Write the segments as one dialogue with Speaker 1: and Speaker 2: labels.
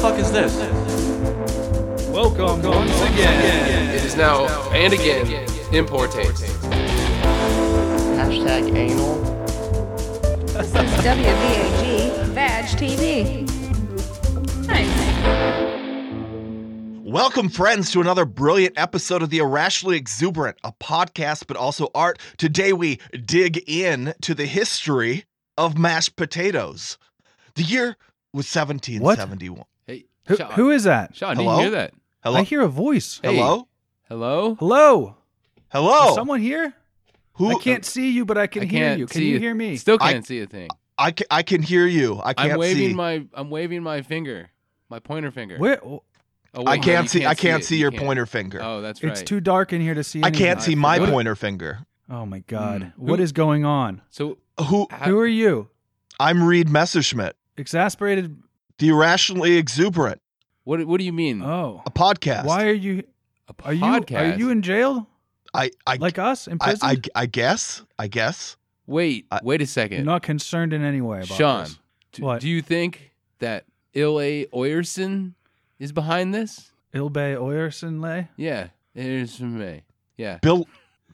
Speaker 1: fuck is this?
Speaker 2: Welcome once again.
Speaker 3: It is now and again importate.
Speaker 4: Hashtag anal.
Speaker 5: WVAG Vag TV. Nice.
Speaker 6: Welcome, friends, to another brilliant episode of The Irrationally Exuberant, a podcast but also art. Today we dig in to the history of mashed potatoes. The year was 1771.
Speaker 7: Hey,
Speaker 2: Who,
Speaker 7: Sean.
Speaker 2: who is that?
Speaker 7: Sean,
Speaker 6: Hello?
Speaker 7: did you hear that?
Speaker 6: Hello?
Speaker 2: I hear a voice.
Speaker 7: Hey.
Speaker 6: Hello?
Speaker 7: Hello?
Speaker 2: Hello.
Speaker 6: Hello?
Speaker 2: Is someone here?
Speaker 6: Who,
Speaker 2: I can't see you, but I can
Speaker 7: Oh. I
Speaker 2: hear
Speaker 7: can't
Speaker 2: you. Can
Speaker 7: see
Speaker 2: you
Speaker 7: a-
Speaker 2: hear me?
Speaker 7: Still
Speaker 6: I-
Speaker 7: can't see a thing.
Speaker 6: I can, I can hear you. I can't
Speaker 7: I'm waving
Speaker 6: see.
Speaker 7: my I'm waving my finger, my pointer finger.
Speaker 2: Where?
Speaker 7: Oh,
Speaker 6: I
Speaker 7: wait, no,
Speaker 6: can't
Speaker 7: you
Speaker 6: see. I can't
Speaker 7: it.
Speaker 6: see
Speaker 7: You
Speaker 6: your
Speaker 7: can't.
Speaker 6: pointer finger.
Speaker 7: Oh, that's right.
Speaker 2: It's too dark in here to see.
Speaker 6: I can't
Speaker 2: anything.
Speaker 6: see my
Speaker 7: What-
Speaker 6: pointer finger.
Speaker 2: Oh my god!
Speaker 7: Mm.
Speaker 2: What
Speaker 7: Who-
Speaker 2: is going on?
Speaker 7: so
Speaker 6: Who?
Speaker 7: how-
Speaker 2: Who are you?
Speaker 6: I'm Reed Messerschmidt,
Speaker 2: Exasperated.
Speaker 6: the irrationally exuberant,
Speaker 7: what what do you mean?
Speaker 2: Oh,
Speaker 6: a podcast.
Speaker 2: why are you?
Speaker 7: a
Speaker 2: Are you?
Speaker 7: Hmm. podcast?
Speaker 2: Are you in jail
Speaker 6: I I,
Speaker 2: like us in
Speaker 6: I,
Speaker 2: prison?
Speaker 6: I I guess I guess.
Speaker 7: Wait,
Speaker 6: I-
Speaker 7: wait a second.
Speaker 2: am not concerned in any way about
Speaker 7: Sean,
Speaker 2: this.
Speaker 7: do,
Speaker 2: What?
Speaker 7: do you think that Ilay Oyerson is behind this?
Speaker 2: Ilbe Oyerson Lay.
Speaker 7: Yeah, it is from me. Yeah.
Speaker 6: Bill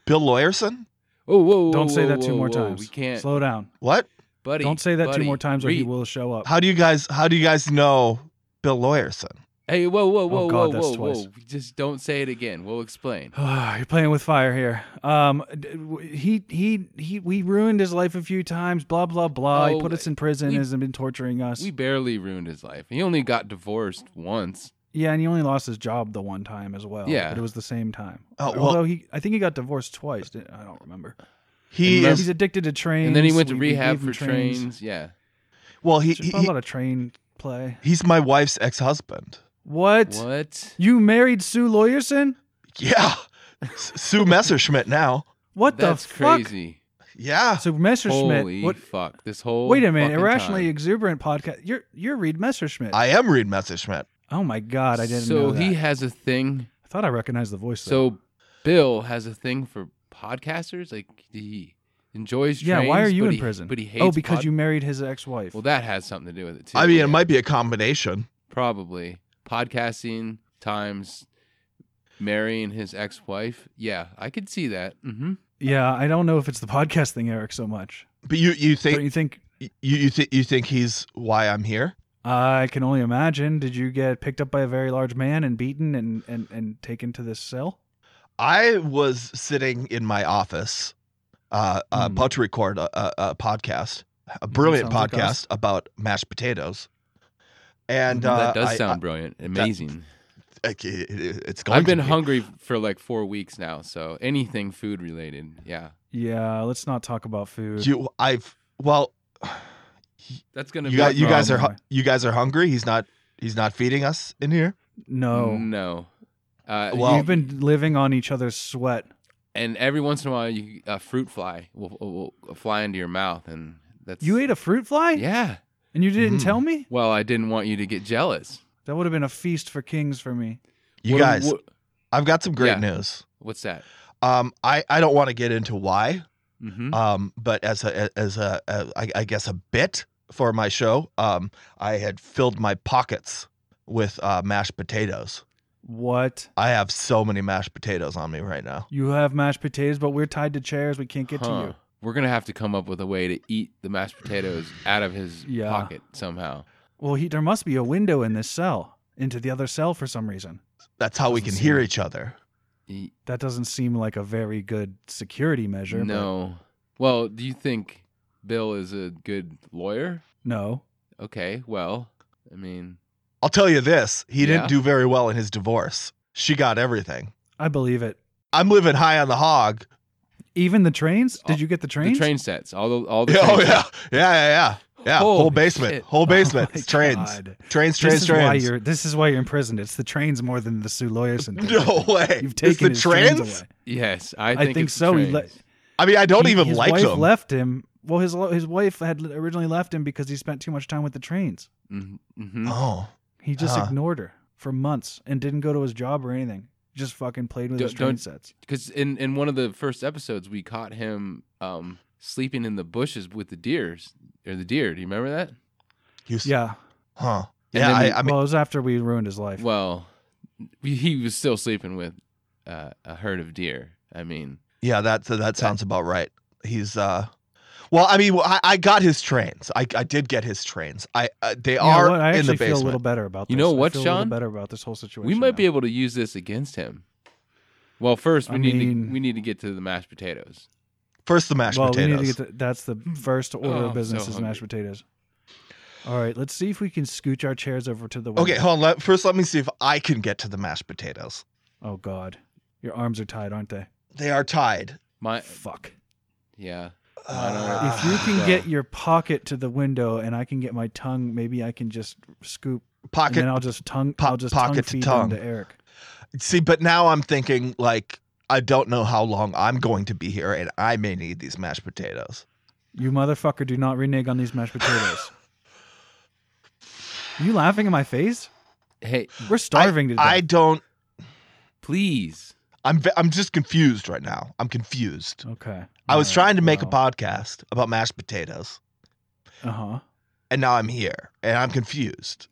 Speaker 6: Bill Lawyerson?
Speaker 7: Oh, whoa, whoa,
Speaker 2: Don't say
Speaker 7: whoa,
Speaker 2: that two
Speaker 7: whoa,
Speaker 2: more
Speaker 7: whoa,
Speaker 2: times.
Speaker 7: We can't,
Speaker 2: slow down.
Speaker 6: What?
Speaker 7: buddy.
Speaker 2: Don't say that two
Speaker 7: buddy,
Speaker 2: more times, or he
Speaker 7: read-
Speaker 2: will show up.
Speaker 6: How do you guys how do you guys know Bill Lawyerson?
Speaker 7: Hey, whoa, whoa, whoa,
Speaker 2: Oh, God,
Speaker 7: whoa,
Speaker 2: that's
Speaker 7: whoa,
Speaker 2: twice.
Speaker 7: whoa! Just don't say it again. We'll explain.
Speaker 2: You're playing with fire here. Um, d- w- he he he. We ruined his life a few times. Blah blah blah. he
Speaker 7: Oh,
Speaker 2: put us in prison.
Speaker 7: we-
Speaker 2: has been torturing us.
Speaker 7: We barely ruined his life. He only got divorced once.
Speaker 2: yeah, and he only lost his job the one time as well.
Speaker 7: Yeah.
Speaker 2: but it was the same time.
Speaker 6: Oh, well-
Speaker 2: Although he, I think he got divorced twice. Didn't, I don't remember.
Speaker 6: He
Speaker 7: Yes.
Speaker 2: He's
Speaker 6: is
Speaker 2: addicted to trains.
Speaker 7: and then he went to
Speaker 2: We- we
Speaker 7: rehab
Speaker 2: gave
Speaker 7: for
Speaker 2: him
Speaker 7: trains. Yeah.
Speaker 6: well he,
Speaker 2: There's
Speaker 6: he-
Speaker 2: not a lot of train play.
Speaker 6: he's my wife's ex-husband.
Speaker 2: What?
Speaker 7: What?
Speaker 2: You married Sue Lawyerson?
Speaker 6: Yeah. S- Sue Messerschmidt now.
Speaker 2: What
Speaker 7: That's
Speaker 2: the fuck?
Speaker 7: crazy.
Speaker 6: Yeah.
Speaker 2: So Messerschmidt.
Speaker 7: Holy
Speaker 2: what?
Speaker 7: fuck. This whole
Speaker 2: Wait a minute.
Speaker 7: fucking
Speaker 2: Irrationally
Speaker 7: time.
Speaker 2: exuberant podcast. You're you're Reed Messerschmidt.
Speaker 6: I am Reed Messerschmidt.
Speaker 2: Oh my god, I didn't
Speaker 7: so
Speaker 2: know
Speaker 7: he
Speaker 2: that.
Speaker 7: has a thing.
Speaker 2: I thought I recognized the voice. though.
Speaker 7: So Bill has a thing for podcasters. Like he enjoys
Speaker 2: yeah,
Speaker 7: trains.
Speaker 2: why are you
Speaker 7: but
Speaker 2: in
Speaker 7: he-
Speaker 2: prison?
Speaker 7: But he hates
Speaker 2: oh, because
Speaker 7: pod-
Speaker 2: you married his ex-wife.
Speaker 7: Well, that has something to do with it too.
Speaker 6: I mean
Speaker 7: yeah.
Speaker 6: it might be a combination.
Speaker 7: probably podcasting times marrying his ex-wife. Yeah, I could see that.
Speaker 2: Mm-hmm.
Speaker 7: hmm
Speaker 2: yeah, I don't know if it's the podcast thing, Eric, so much.
Speaker 6: But you you
Speaker 2: don't
Speaker 6: think
Speaker 2: you think?
Speaker 6: you you think you think he's why I'm here?
Speaker 2: I can only imagine. Did you get picked up by a very large man and beaten and and and taken to this cell?
Speaker 6: I was sitting in my office, uh, uh,
Speaker 2: Hmm.
Speaker 6: about to record a, a, a podcast, a brilliant
Speaker 2: sounds like
Speaker 6: podcast
Speaker 2: us. Mm-hmm.
Speaker 6: about mashed potatoes, and uh,
Speaker 7: Mm-hmm. that does
Speaker 6: I-
Speaker 7: sound brilliant, amazing.
Speaker 6: I- it- it- it's going.
Speaker 7: I've been
Speaker 6: to be.
Speaker 7: hungry for like four weeks now, so anything food related, yeah,
Speaker 2: Yeah, let's not talk about food.
Speaker 6: You, I've well,
Speaker 7: that's gonna.
Speaker 6: you
Speaker 7: be a
Speaker 6: guys, you guys are
Speaker 7: problem.
Speaker 6: hu- you guys are hungry. He's not. He's not feeding us in here.
Speaker 2: no,
Speaker 7: no. Uh,
Speaker 6: Well-
Speaker 2: Oh. you've been living on each other's sweat.
Speaker 7: and every once in a while, you a fruit fly will, will, will fly into your mouth, and that's
Speaker 2: You ate a fruit fly,
Speaker 7: Yeah.
Speaker 2: and you didn't
Speaker 6: Mm.
Speaker 2: tell me.
Speaker 7: Well, I didn't want you to get jealous.
Speaker 2: That would have been a feast for kings for me.
Speaker 6: You
Speaker 7: What-
Speaker 6: guys,
Speaker 7: what-
Speaker 6: I've got some great
Speaker 7: Yeah.
Speaker 6: news.
Speaker 7: what's that?
Speaker 6: Um, I, I don't want to get into why,
Speaker 7: Mm-hmm.
Speaker 6: um, but as a as a, a I, I guess a bit for my show, um, I had filled my pockets with uh, mashed potatoes.
Speaker 2: What?
Speaker 6: I have so many mashed potatoes on me right now.
Speaker 2: You have mashed potatoes, but we're tied to chairs. We can't get
Speaker 7: Huh.
Speaker 2: to
Speaker 7: We're gonna have to come up with a way to eat the mashed potatoes out of his
Speaker 2: Yeah.
Speaker 7: pocket somehow.
Speaker 2: you. Well, he, there must be a window in this cell into the other cell for some reason.
Speaker 6: That's how we
Speaker 7: Doesn't
Speaker 6: can
Speaker 7: seem
Speaker 6: hear
Speaker 7: right.
Speaker 6: each other.
Speaker 7: He-
Speaker 2: That doesn't seem like a very good security measure. but-
Speaker 7: no. Well, do you think Bill is a good lawyer?
Speaker 2: no.
Speaker 7: Okay. Well, I mean,
Speaker 6: I'll tell you this, he
Speaker 7: Yeah.
Speaker 6: didn't do very well in his divorce. She got everything.
Speaker 2: I believe it.
Speaker 6: I'm living high on the hog.
Speaker 2: Even the trains? Did
Speaker 7: Oh,
Speaker 2: you get the trains?
Speaker 7: the train sets, all the all the.
Speaker 6: Yeah, oh
Speaker 7: train
Speaker 6: yeah.
Speaker 7: sets.
Speaker 6: Yeah, yeah, yeah. Yeah, whole
Speaker 7: Holy
Speaker 6: basement.
Speaker 7: shit.
Speaker 6: Whole basement.
Speaker 2: Oh my
Speaker 6: It's trains.
Speaker 2: God.
Speaker 6: Trains,
Speaker 2: This
Speaker 6: trains,
Speaker 2: is why
Speaker 6: trains.
Speaker 2: you're. This is why you're in prison. It's the trains more than the Sue Lawyerson. thing.
Speaker 6: No way.
Speaker 2: You've
Speaker 6: It's
Speaker 2: taken
Speaker 6: the
Speaker 2: his trains
Speaker 6: trains?
Speaker 2: away.
Speaker 7: Yes, I
Speaker 2: I
Speaker 7: think,
Speaker 2: think
Speaker 7: it's the
Speaker 2: so. He
Speaker 7: trains.
Speaker 2: let-
Speaker 6: I mean, I don't
Speaker 2: He-
Speaker 6: even
Speaker 2: his
Speaker 6: like
Speaker 2: wife
Speaker 6: them.
Speaker 2: Left him. Well, his lo- his wife had originally left him because he spent too much time with the trains.
Speaker 7: Mhm, mhm.
Speaker 6: Oh.
Speaker 2: He just
Speaker 6: Huh.
Speaker 2: ignored her for months and didn't go to his job or anything. Just fucking played with
Speaker 7: Don't-
Speaker 2: his train
Speaker 7: don't-
Speaker 2: sets.
Speaker 7: because in in one of the first episodes we caught him um sleeping in the bushes with the deers or the deer do you remember that
Speaker 6: You s-
Speaker 2: Yeah.
Speaker 6: Huh.
Speaker 7: And
Speaker 6: yeah,
Speaker 7: then we-
Speaker 6: I, I mean,
Speaker 2: well, it was after we ruined his life.
Speaker 7: Well, he was still sleeping with uh, a herd of deer. I mean,
Speaker 6: yeah, that that sounds about right. He's uh, well, I mean, well, I, I got his trains. I, I did get his trains. I uh, they
Speaker 2: You know
Speaker 6: are
Speaker 2: what? I
Speaker 6: in
Speaker 2: actually
Speaker 6: the basement.
Speaker 2: feel a little better about this.
Speaker 7: You know
Speaker 2: I
Speaker 7: what,
Speaker 2: feel A
Speaker 7: Sean?
Speaker 2: little better about this whole situation.
Speaker 7: we might
Speaker 2: now.
Speaker 7: be able to use this against him. Well, first we
Speaker 2: I
Speaker 7: need
Speaker 2: mean-
Speaker 7: to, we need to get to the mashed potatoes.
Speaker 6: First, the mashed
Speaker 2: well,
Speaker 6: potatoes.
Speaker 2: We need to get to, that's the first order
Speaker 7: Oh, I'm
Speaker 2: of business
Speaker 7: so
Speaker 2: is mashed potatoes. All right, let's see if we can scooch our chairs over to the window.
Speaker 6: okay, hold on. Let, first, let me see if I can get to the mashed potatoes.
Speaker 2: Oh God, your arms are tied, aren't they?
Speaker 6: They are tied.
Speaker 7: My
Speaker 2: Fuck.
Speaker 7: yeah.
Speaker 6: Uh,
Speaker 2: If you can
Speaker 7: so-
Speaker 2: get your pocket to the window and I can get my tongue, maybe I can just scoop and
Speaker 6: pocket
Speaker 2: then I'll just tongue.
Speaker 6: po-
Speaker 2: I'll just
Speaker 6: pocket to
Speaker 2: tongue feed
Speaker 6: tongue.
Speaker 2: them to Eric.
Speaker 6: See, but now I'm thinking like I don't know how long I'm going to be here, and I may need these mashed potatoes.
Speaker 2: You motherfucker! Do not renege on these mashed potatoes. you laughing in my face?
Speaker 7: Hey,
Speaker 2: We're starving
Speaker 6: I,
Speaker 2: to death.
Speaker 6: I don't.
Speaker 7: please.
Speaker 6: I'm ve- I'm just confused right now. I'm confused.
Speaker 2: okay.
Speaker 6: I was trying to make a podcast about mashed potatoes,
Speaker 2: Uh huh.
Speaker 6: and now I'm here, and I'm confused.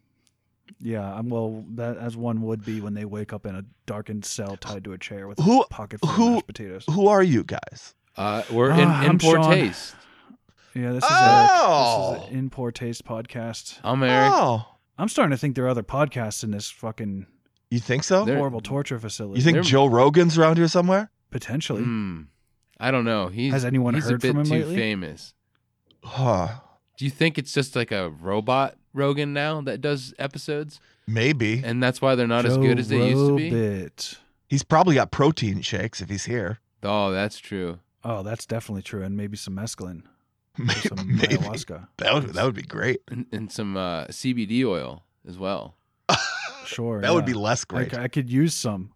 Speaker 2: Yeah, um, well, that as one would be when they wake up in a darkened cell tied to a chair with
Speaker 6: Who-
Speaker 2: a pocket full
Speaker 6: who-
Speaker 2: of mashed potatoes.
Speaker 6: Who are you guys?
Speaker 7: Uh, we're in,
Speaker 2: Ah,
Speaker 7: in
Speaker 2: I'm
Speaker 7: poor
Speaker 2: Sean.
Speaker 7: taste.
Speaker 2: Yeah, this is Eric.
Speaker 6: Oh!
Speaker 2: This is an in poor taste podcast.
Speaker 7: I'm Eric.
Speaker 6: Oh,
Speaker 2: I'm starting to think there are other podcasts in this fucking
Speaker 6: you think so?
Speaker 7: There-
Speaker 2: horrible torture facility.
Speaker 6: you think
Speaker 7: there-
Speaker 6: Joe Rogan's around here somewhere?
Speaker 2: potentially?
Speaker 7: Hmm. I don't know. He's
Speaker 2: Has anyone
Speaker 7: he's a
Speaker 2: heard
Speaker 7: bit
Speaker 2: from him
Speaker 7: too
Speaker 2: lately?
Speaker 7: famous.
Speaker 6: Huh?
Speaker 7: Do you think it's just like a robot Rogan now that does episodes,
Speaker 6: Maybe
Speaker 7: and that's why they're not as good as they used to be?
Speaker 2: Robit.
Speaker 6: he's probably got protein shakes if he's here.
Speaker 7: Oh, that's true.
Speaker 2: Oh, that's definitely true, and maybe some mescaline, or
Speaker 6: Maybe,
Speaker 2: some
Speaker 6: maybe.
Speaker 2: ayahuasca.
Speaker 6: that would that would be great.
Speaker 7: And, and some uh, CBD oil as well.
Speaker 2: Sure,
Speaker 6: That would
Speaker 2: yeah.
Speaker 6: be less
Speaker 2: I
Speaker 6: great.
Speaker 2: c- I, could use some.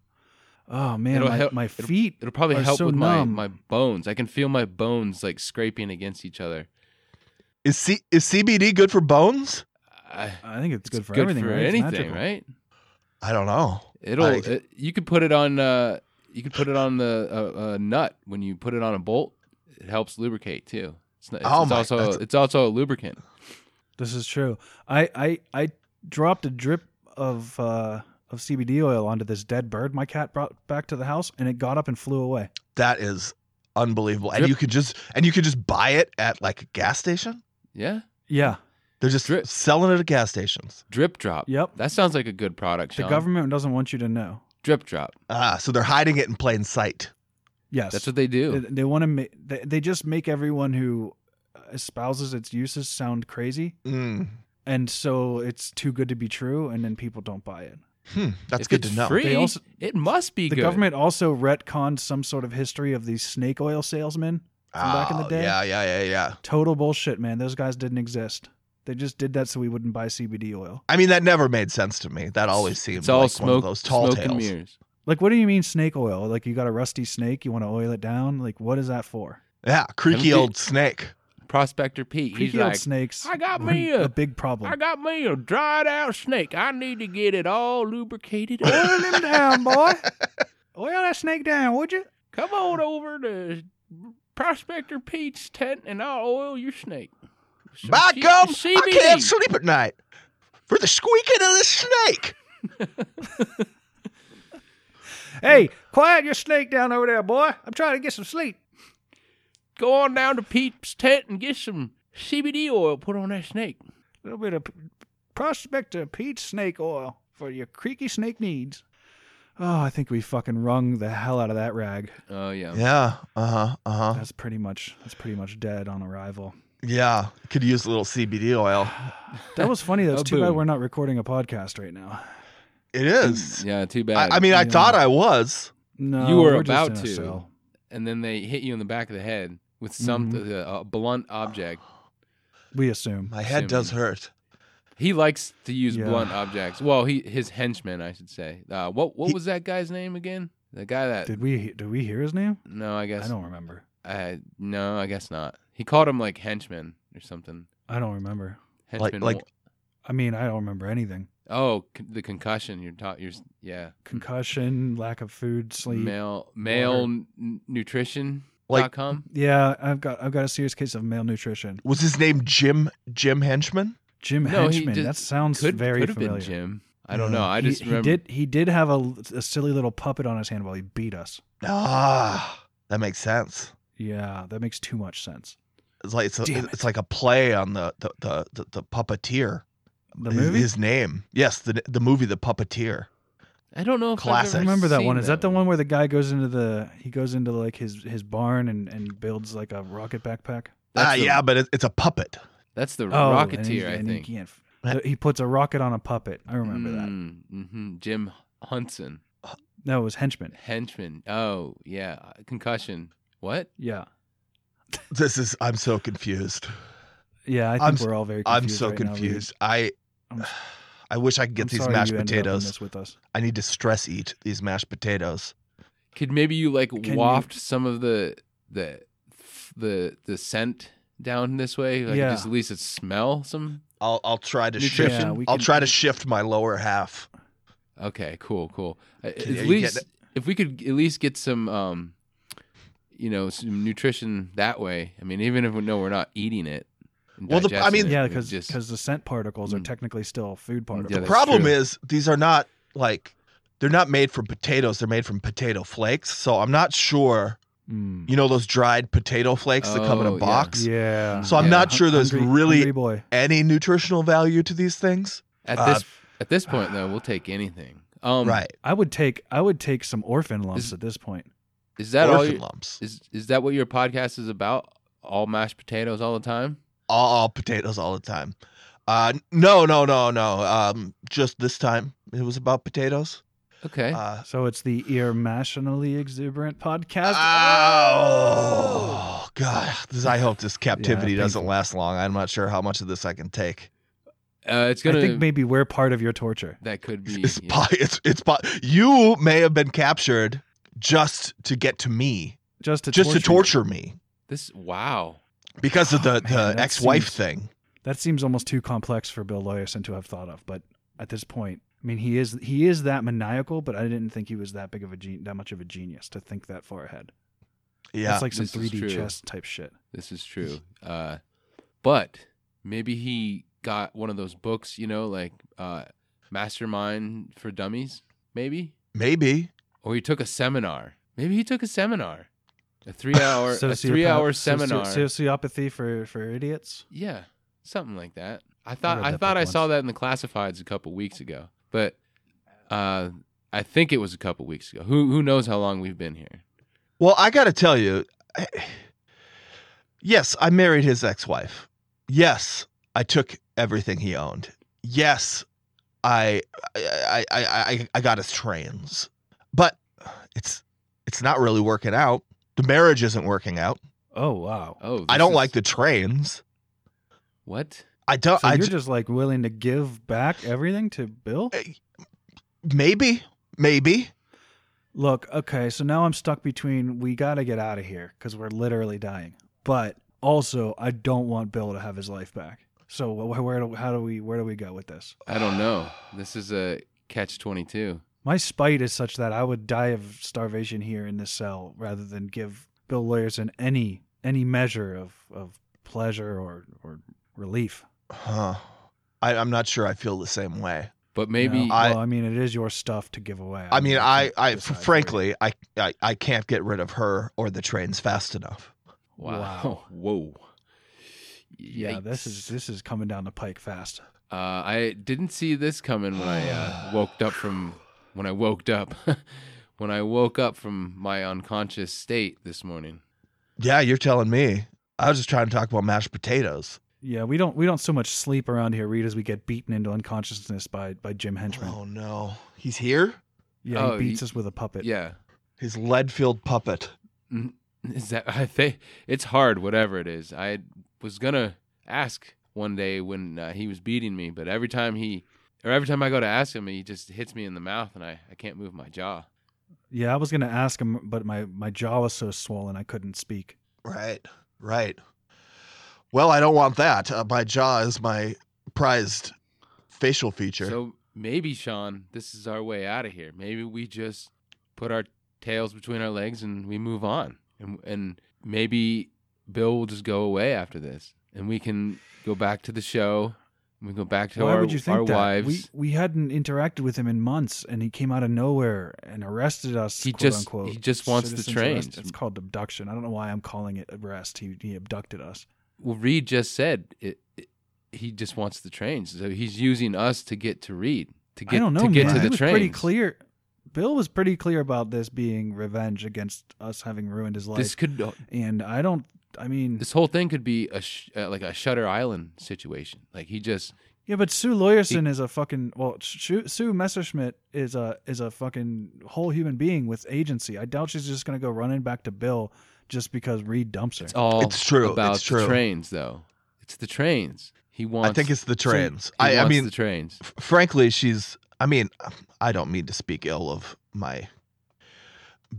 Speaker 2: Oh man,
Speaker 7: It'll
Speaker 2: my,
Speaker 7: help-
Speaker 2: my feet.
Speaker 7: It'll probably
Speaker 2: are
Speaker 7: help
Speaker 2: so
Speaker 7: with
Speaker 2: numb.
Speaker 7: my my bones. I can feel my bones like scraping against each other.
Speaker 6: Is C- is CBD good for bones?
Speaker 7: I,
Speaker 2: I think it's,
Speaker 7: it's
Speaker 2: good for everything. right? It's
Speaker 7: anything,
Speaker 2: magical.
Speaker 7: right?
Speaker 6: I don't know.
Speaker 7: It'll
Speaker 6: I-
Speaker 7: it, you could put it on uh, you could put it on the uh, uh, nut when you put it on a bolt. It helps lubricate too. It's, not, it's,
Speaker 6: Oh
Speaker 7: it's
Speaker 6: my-
Speaker 7: also
Speaker 6: that's-
Speaker 7: it's also a lubricant.
Speaker 2: This is true. I I I dropped a drip of uh of CBD oil onto this dead bird my cat brought back to the house, and it got up and flew away.
Speaker 6: That is unbelievable. And
Speaker 7: Drip.
Speaker 6: you could just and you could just buy it at like a gas station.
Speaker 7: Yeah,
Speaker 2: Yeah,
Speaker 6: They're just
Speaker 7: Drip.
Speaker 6: selling it at gas stations.
Speaker 7: drip drop.
Speaker 2: Yep.
Speaker 7: that sounds like a good product.
Speaker 2: the
Speaker 7: Sean.
Speaker 2: government doesn't want you to know.
Speaker 7: drip drop.
Speaker 6: Ah, so they're hiding it in plain sight.
Speaker 2: Yes,
Speaker 7: That's what they do.
Speaker 2: they, they want to make. They, they just make everyone who espouses its uses sound crazy,
Speaker 6: Mm.
Speaker 2: and so it's too good to be true, and then people don't buy it.
Speaker 6: Hmm, that's
Speaker 7: If
Speaker 6: good
Speaker 7: it's
Speaker 6: to know.
Speaker 7: Free,
Speaker 2: They also-
Speaker 7: it must be
Speaker 2: The
Speaker 7: good.
Speaker 2: government also retconned some sort of history of these snake oil salesmen from back in the
Speaker 6: Oh,
Speaker 2: day.
Speaker 6: Yeah, yeah, yeah, yeah.
Speaker 2: Total bullshit, man. Those guys didn't exist. They just did that so we wouldn't buy CBD oil.
Speaker 6: I mean, that never made sense to me. That always seemed
Speaker 7: It's all
Speaker 6: like one of
Speaker 7: smoke,
Speaker 6: those tall
Speaker 7: smoke and
Speaker 6: tales.
Speaker 7: mirrors.
Speaker 2: Like, what do you mean snake oil? Like, you got a rusty snake, you want to oil it down? Like, what is that for?
Speaker 6: Yeah, creaky
Speaker 7: Empty-
Speaker 6: old snake.
Speaker 7: Prospector Pete, he's
Speaker 2: Creaky old
Speaker 7: like,
Speaker 2: snakes.
Speaker 7: "I got
Speaker 2: were
Speaker 7: me a-
Speaker 2: a big problem.
Speaker 7: I got me a dried out snake. I need to get it all lubricated. Oil him down, boy.
Speaker 2: oil that snake down, would you?
Speaker 7: Come on over to Prospector Pete's tent and I'll oil your snake. Some
Speaker 6: By
Speaker 7: C-
Speaker 6: gum, I
Speaker 7: CBD.
Speaker 6: can't sleep at night for the squeaking of the snake.
Speaker 2: Hey, quiet your snake down over there, boy. I'm trying to get some sleep.
Speaker 7: Go on down to Pete's tent and get some CBD oil put on that snake.
Speaker 2: A little bit of Prospector Pete's snake oil for your creaky snake needs. Oh, I think we fucking wrung the hell out of that rag.
Speaker 7: Oh, yeah.
Speaker 6: Yeah, uh huh,
Speaker 7: Oh.
Speaker 6: uh huh.
Speaker 2: That's pretty much that's pretty much dead on arrival.
Speaker 6: Yeah, could use a little CBD oil.
Speaker 2: That was funny. That's
Speaker 7: Oh,
Speaker 2: too bad
Speaker 7: boom.
Speaker 2: we're not recording a podcast right now.
Speaker 6: It is.
Speaker 7: Yeah, too bad.
Speaker 6: I, I mean, I
Speaker 2: Yeah.
Speaker 6: thought I was.
Speaker 2: No,
Speaker 7: You were
Speaker 2: we're just
Speaker 7: about
Speaker 2: in a
Speaker 7: to.
Speaker 2: cell.
Speaker 7: and then they hit you in the back of the head with some uh, blunt object.
Speaker 2: We assume.
Speaker 6: My head does
Speaker 7: Assuming.
Speaker 6: hurt.
Speaker 7: He likes to use
Speaker 2: Yeah.
Speaker 7: blunt objects. Well, he his henchmen, I should say. Uh, what what
Speaker 6: He-
Speaker 7: was that guy's name again? The guy that
Speaker 2: Did we did we hear his name?
Speaker 7: no, I guess
Speaker 2: I don't remember.
Speaker 7: Uh, no, I guess not. He called him like henchman or something.
Speaker 2: I don't remember.
Speaker 7: Henchman
Speaker 6: like-
Speaker 7: wa-
Speaker 2: I mean, I don't remember anything.
Speaker 7: oh, con- the concussion. You're taught. You're s- yeah.
Speaker 2: Concussion, lack of food, sleep.
Speaker 7: Hmm. Male male n- nutrition.
Speaker 6: Like-
Speaker 7: dot com.
Speaker 2: Yeah, I've got I've got a serious case of malnutrition.
Speaker 6: Was his name Jim Jim Henchman?
Speaker 2: Jim
Speaker 7: No, he
Speaker 2: Henchman.
Speaker 7: just
Speaker 2: That sounds
Speaker 7: Could
Speaker 2: very
Speaker 7: could have
Speaker 2: familiar.
Speaker 7: been Jim. I don't know. I
Speaker 2: He-
Speaker 7: just
Speaker 2: he,
Speaker 7: remember.
Speaker 2: did. He did have a, a silly little puppet on his hand while he beat us.
Speaker 6: Ah, that makes sense.
Speaker 2: Yeah, that makes too much sense.
Speaker 6: It's like it's, a,
Speaker 2: Damn it.
Speaker 6: it's like a play on the the the, the, the puppeteer.
Speaker 2: The
Speaker 6: His-
Speaker 2: movie.
Speaker 6: His name. Yes, the the movie The Puppeteer.
Speaker 7: I don't know if I've
Speaker 6: Classic.
Speaker 2: I
Speaker 7: ever
Speaker 2: remember that
Speaker 7: seen
Speaker 2: one. Is that the one where the guy goes into the he goes into like his his barn and and builds like a rocket backpack? Oh,
Speaker 7: That's
Speaker 6: ah,
Speaker 7: the-
Speaker 6: yeah, but it, it's a puppet.
Speaker 7: That's the
Speaker 2: and
Speaker 7: Rocketeer,
Speaker 2: he-
Speaker 7: I
Speaker 2: and
Speaker 7: think.
Speaker 2: He, can't, f- he puts a rocket on a puppet. I remember that.
Speaker 7: hmm Jim Hunson,
Speaker 2: No, it was henchman.
Speaker 7: henchman. Oh yeah, concussion. What?
Speaker 2: Yeah,
Speaker 6: This is I'm so confused.
Speaker 2: yeah. I think
Speaker 6: I'm s-
Speaker 2: we're all very. confused
Speaker 6: I'm so
Speaker 2: right now, Reed.
Speaker 6: confused. I
Speaker 2: I'm s-
Speaker 6: I wish I could get
Speaker 2: I'm
Speaker 6: these
Speaker 2: sorry
Speaker 6: mashed
Speaker 2: you ended up in
Speaker 6: potatoes.
Speaker 2: this with us.
Speaker 6: I need to stress eat these mashed potatoes.
Speaker 7: Could maybe you like
Speaker 2: Can you-
Speaker 7: waft some of the the the the scent down this way? Like
Speaker 2: Yeah.
Speaker 7: just at least it smell some.
Speaker 6: I'll I'll try to shift.
Speaker 7: Nutrition.
Speaker 2: Yeah, we
Speaker 6: I'll
Speaker 2: can-
Speaker 6: try to shift my lower half.
Speaker 7: Okay, cool, cool. Uh, At
Speaker 6: you get
Speaker 7: least
Speaker 6: it?
Speaker 7: if we could at least get some um you know, some nutrition that way. I mean, even if we know we're not eating it. and
Speaker 6: Well, the- I
Speaker 7: digesting
Speaker 6: mean-
Speaker 7: it,
Speaker 2: Yeah,
Speaker 7: we
Speaker 2: because
Speaker 7: just-
Speaker 2: the scent particles are
Speaker 7: Mm.
Speaker 2: technically still food particles.
Speaker 7: that's
Speaker 6: Problem
Speaker 7: true.
Speaker 6: is these are not like they're not made from potatoes. They're made from potato flakes. So I'm not sure.
Speaker 2: Mm.
Speaker 6: You know those dried potato flakes that come in
Speaker 7: Oh,
Speaker 6: a
Speaker 7: yeah.
Speaker 6: box.
Speaker 2: Yeah.
Speaker 6: So I'm
Speaker 7: Yeah.
Speaker 6: not sure there's
Speaker 2: Hungry-
Speaker 6: really
Speaker 2: hungry boy.
Speaker 6: any nutritional value to these things.
Speaker 7: at
Speaker 6: uh,
Speaker 7: this at this point though, we'll take anything. Um
Speaker 6: right.
Speaker 2: I would take I would take some orphan lumps
Speaker 7: Is-
Speaker 2: at this point.
Speaker 7: is that all
Speaker 6: Orphan
Speaker 7: you-
Speaker 6: lumps.
Speaker 7: is is that what your podcast is about? All mashed potatoes all the time?
Speaker 6: All, all potatoes all the time. Uh, no, no, no, no. Um, just this time it was about potatoes.
Speaker 7: Okay.
Speaker 6: Uh,
Speaker 2: So it's the irrationally exuberant podcast.
Speaker 6: Ah. oh God! This, I hope this captivity
Speaker 2: Yeah,
Speaker 6: doesn't
Speaker 2: painful.
Speaker 6: last long. I'm not sure how much of this I can take.
Speaker 7: Uh, it's
Speaker 2: I
Speaker 7: gonna.
Speaker 2: think maybe we're part of your torture.
Speaker 7: that could be.
Speaker 6: It's
Speaker 7: yeah.
Speaker 6: po- it's it's po- you may have been captured just to get to me,
Speaker 2: Just to
Speaker 6: just
Speaker 2: torture
Speaker 6: to torture me
Speaker 7: This wow.
Speaker 6: because of the
Speaker 2: Oh, man,
Speaker 6: the
Speaker 2: that
Speaker 6: ex-wife
Speaker 2: seems-
Speaker 6: thing.
Speaker 2: you. That seems almost too complex for Bill Loyerson to have thought of, but at this point, I mean, he is he is that maniacal, but I didn't think he was that big of a gen- that much of a genius to think that far ahead.
Speaker 6: Yeah.
Speaker 2: it's like some
Speaker 7: This is
Speaker 2: 3D
Speaker 7: true.
Speaker 2: chess type shit.
Speaker 7: This is true. Uh, but maybe he got one of those books, you know, like uh, Mastermind for Dummies, maybe,
Speaker 6: Maybe.
Speaker 7: or he took a seminar. Maybe he took a seminar, a three-hour, a
Speaker 2: Sociopath-
Speaker 7: three-hour
Speaker 2: soci-
Speaker 7: seminar.
Speaker 2: Sociopathy for for idiots.
Speaker 7: Yeah, something like that. I thought
Speaker 2: read
Speaker 7: I,
Speaker 2: that
Speaker 7: thought
Speaker 2: book
Speaker 7: I saw
Speaker 2: once.
Speaker 7: that in the classifieds a couple weeks ago, but uh, I think it was a couple weeks ago. Who who knows how long we've been here?
Speaker 6: Well, I got to tell you, I, yes, I married his ex-wife. Yes, I took everything he owned. Yes, I I I I, I got his trains, but it's it's not really working out. The marriage isn't working out.
Speaker 2: Oh wow.
Speaker 7: Oh,
Speaker 6: I
Speaker 7: this
Speaker 6: don't
Speaker 7: is-
Speaker 6: like the trains.
Speaker 7: what?
Speaker 6: I don't.
Speaker 2: So
Speaker 6: Oh, I
Speaker 2: you're
Speaker 6: j-
Speaker 2: just like willing to give back everything to Bill?
Speaker 6: Eh. maybe, maybe.
Speaker 2: Look, okay, so now I'm stuck between we got to get out of here because we're literally dying, but also I don't want Bill to have his life back. So wh- where do how do we where do we go with this?
Speaker 7: I don't know. This is a catch twenty two.
Speaker 2: My spite is such that I would die of starvation here in this cell rather than give Bill Lawyerson any any measure of of pleasure or or relief.
Speaker 6: Huh. I, I'm not sure. I feel the same way.
Speaker 7: But
Speaker 2: you
Speaker 7: maybe
Speaker 2: know?
Speaker 6: I-
Speaker 2: well, I mean, it is your stuff to give away.
Speaker 6: I mean, I, I
Speaker 2: decide for you.
Speaker 6: frankly, I, I, I can't get rid of her or the trains fast enough.
Speaker 7: Wow.
Speaker 2: Wow.
Speaker 7: Whoa.
Speaker 2: yeah, this is
Speaker 7: Yikes.
Speaker 2: this is coming down the pike fast.
Speaker 7: Uh, I didn't see this coming when I uh, woke up from when I woke up when I woke up from my unconscious state this morning.
Speaker 6: Yeah, you're telling me. I was just trying to talk about mashed potatoes.
Speaker 2: Yeah, we don't we don't so much sleep around here, Reed, as we get beaten into unconsciousness by by Jim Henchman.
Speaker 6: Oh no, he's here.
Speaker 2: yeah,
Speaker 7: Oh,
Speaker 2: he beats
Speaker 7: he-
Speaker 2: us with a puppet.
Speaker 7: Yeah.
Speaker 6: His lead-filled puppet.
Speaker 7: Is that I think it's hard whatever it is. I was going to ask one day when uh, he was beating me, but every time he or every time I go to ask him, he just hits me in the mouth and I, I can't move my jaw.
Speaker 2: Yeah, I was gonna ask him, but my my jaw was so swollen I couldn't speak.
Speaker 6: Right, right. Well, I don't want that. Uh, my jaw is my prized facial feature.
Speaker 7: So maybe, Sean, this is our way out of here. Maybe we just put our tails between our legs and we move on. And, and maybe Bill will just go away after this and we can go back to the show We go back to
Speaker 2: Why
Speaker 7: our,
Speaker 2: would you think
Speaker 7: our
Speaker 2: that?
Speaker 7: wives.
Speaker 2: We we hadn't interacted with him in months, and he came out of nowhere and arrested us.
Speaker 7: He
Speaker 2: quote
Speaker 7: just-
Speaker 2: unquote.
Speaker 7: he just wants the
Speaker 2: Citizens
Speaker 7: train.
Speaker 2: arrest. It's called abduction. I don't know why I'm calling it arrest. He he abducted us.
Speaker 7: well, Reed just said it, it, he just wants the trains, so he's using us to get to Reed to get
Speaker 2: I don't know.
Speaker 7: to get
Speaker 2: man.
Speaker 7: to
Speaker 2: He
Speaker 7: the
Speaker 2: was
Speaker 7: trains.
Speaker 2: Pretty clear. Bill was pretty clear about this being revenge against us having ruined his life.
Speaker 7: This could
Speaker 2: and I don't. I mean,
Speaker 7: this whole thing could be a sh- uh, like a Shutter Island situation. Like he just
Speaker 2: yeah, but Sue Lawyerson is a fucking well. Sue, Sue Messerschmidt is a is a fucking whole human being with agency. I doubt she's just gonna go running back to Bill just because Reed dumps her.
Speaker 7: it's all
Speaker 6: It's true.
Speaker 7: about
Speaker 6: It's true.
Speaker 7: the trains though. It's the trains. He wants
Speaker 6: I think it's the trains.
Speaker 7: he
Speaker 6: I, I
Speaker 7: wants
Speaker 6: mean,
Speaker 7: the trains.
Speaker 6: f- frankly, she's. I mean, I don't mean to speak ill of my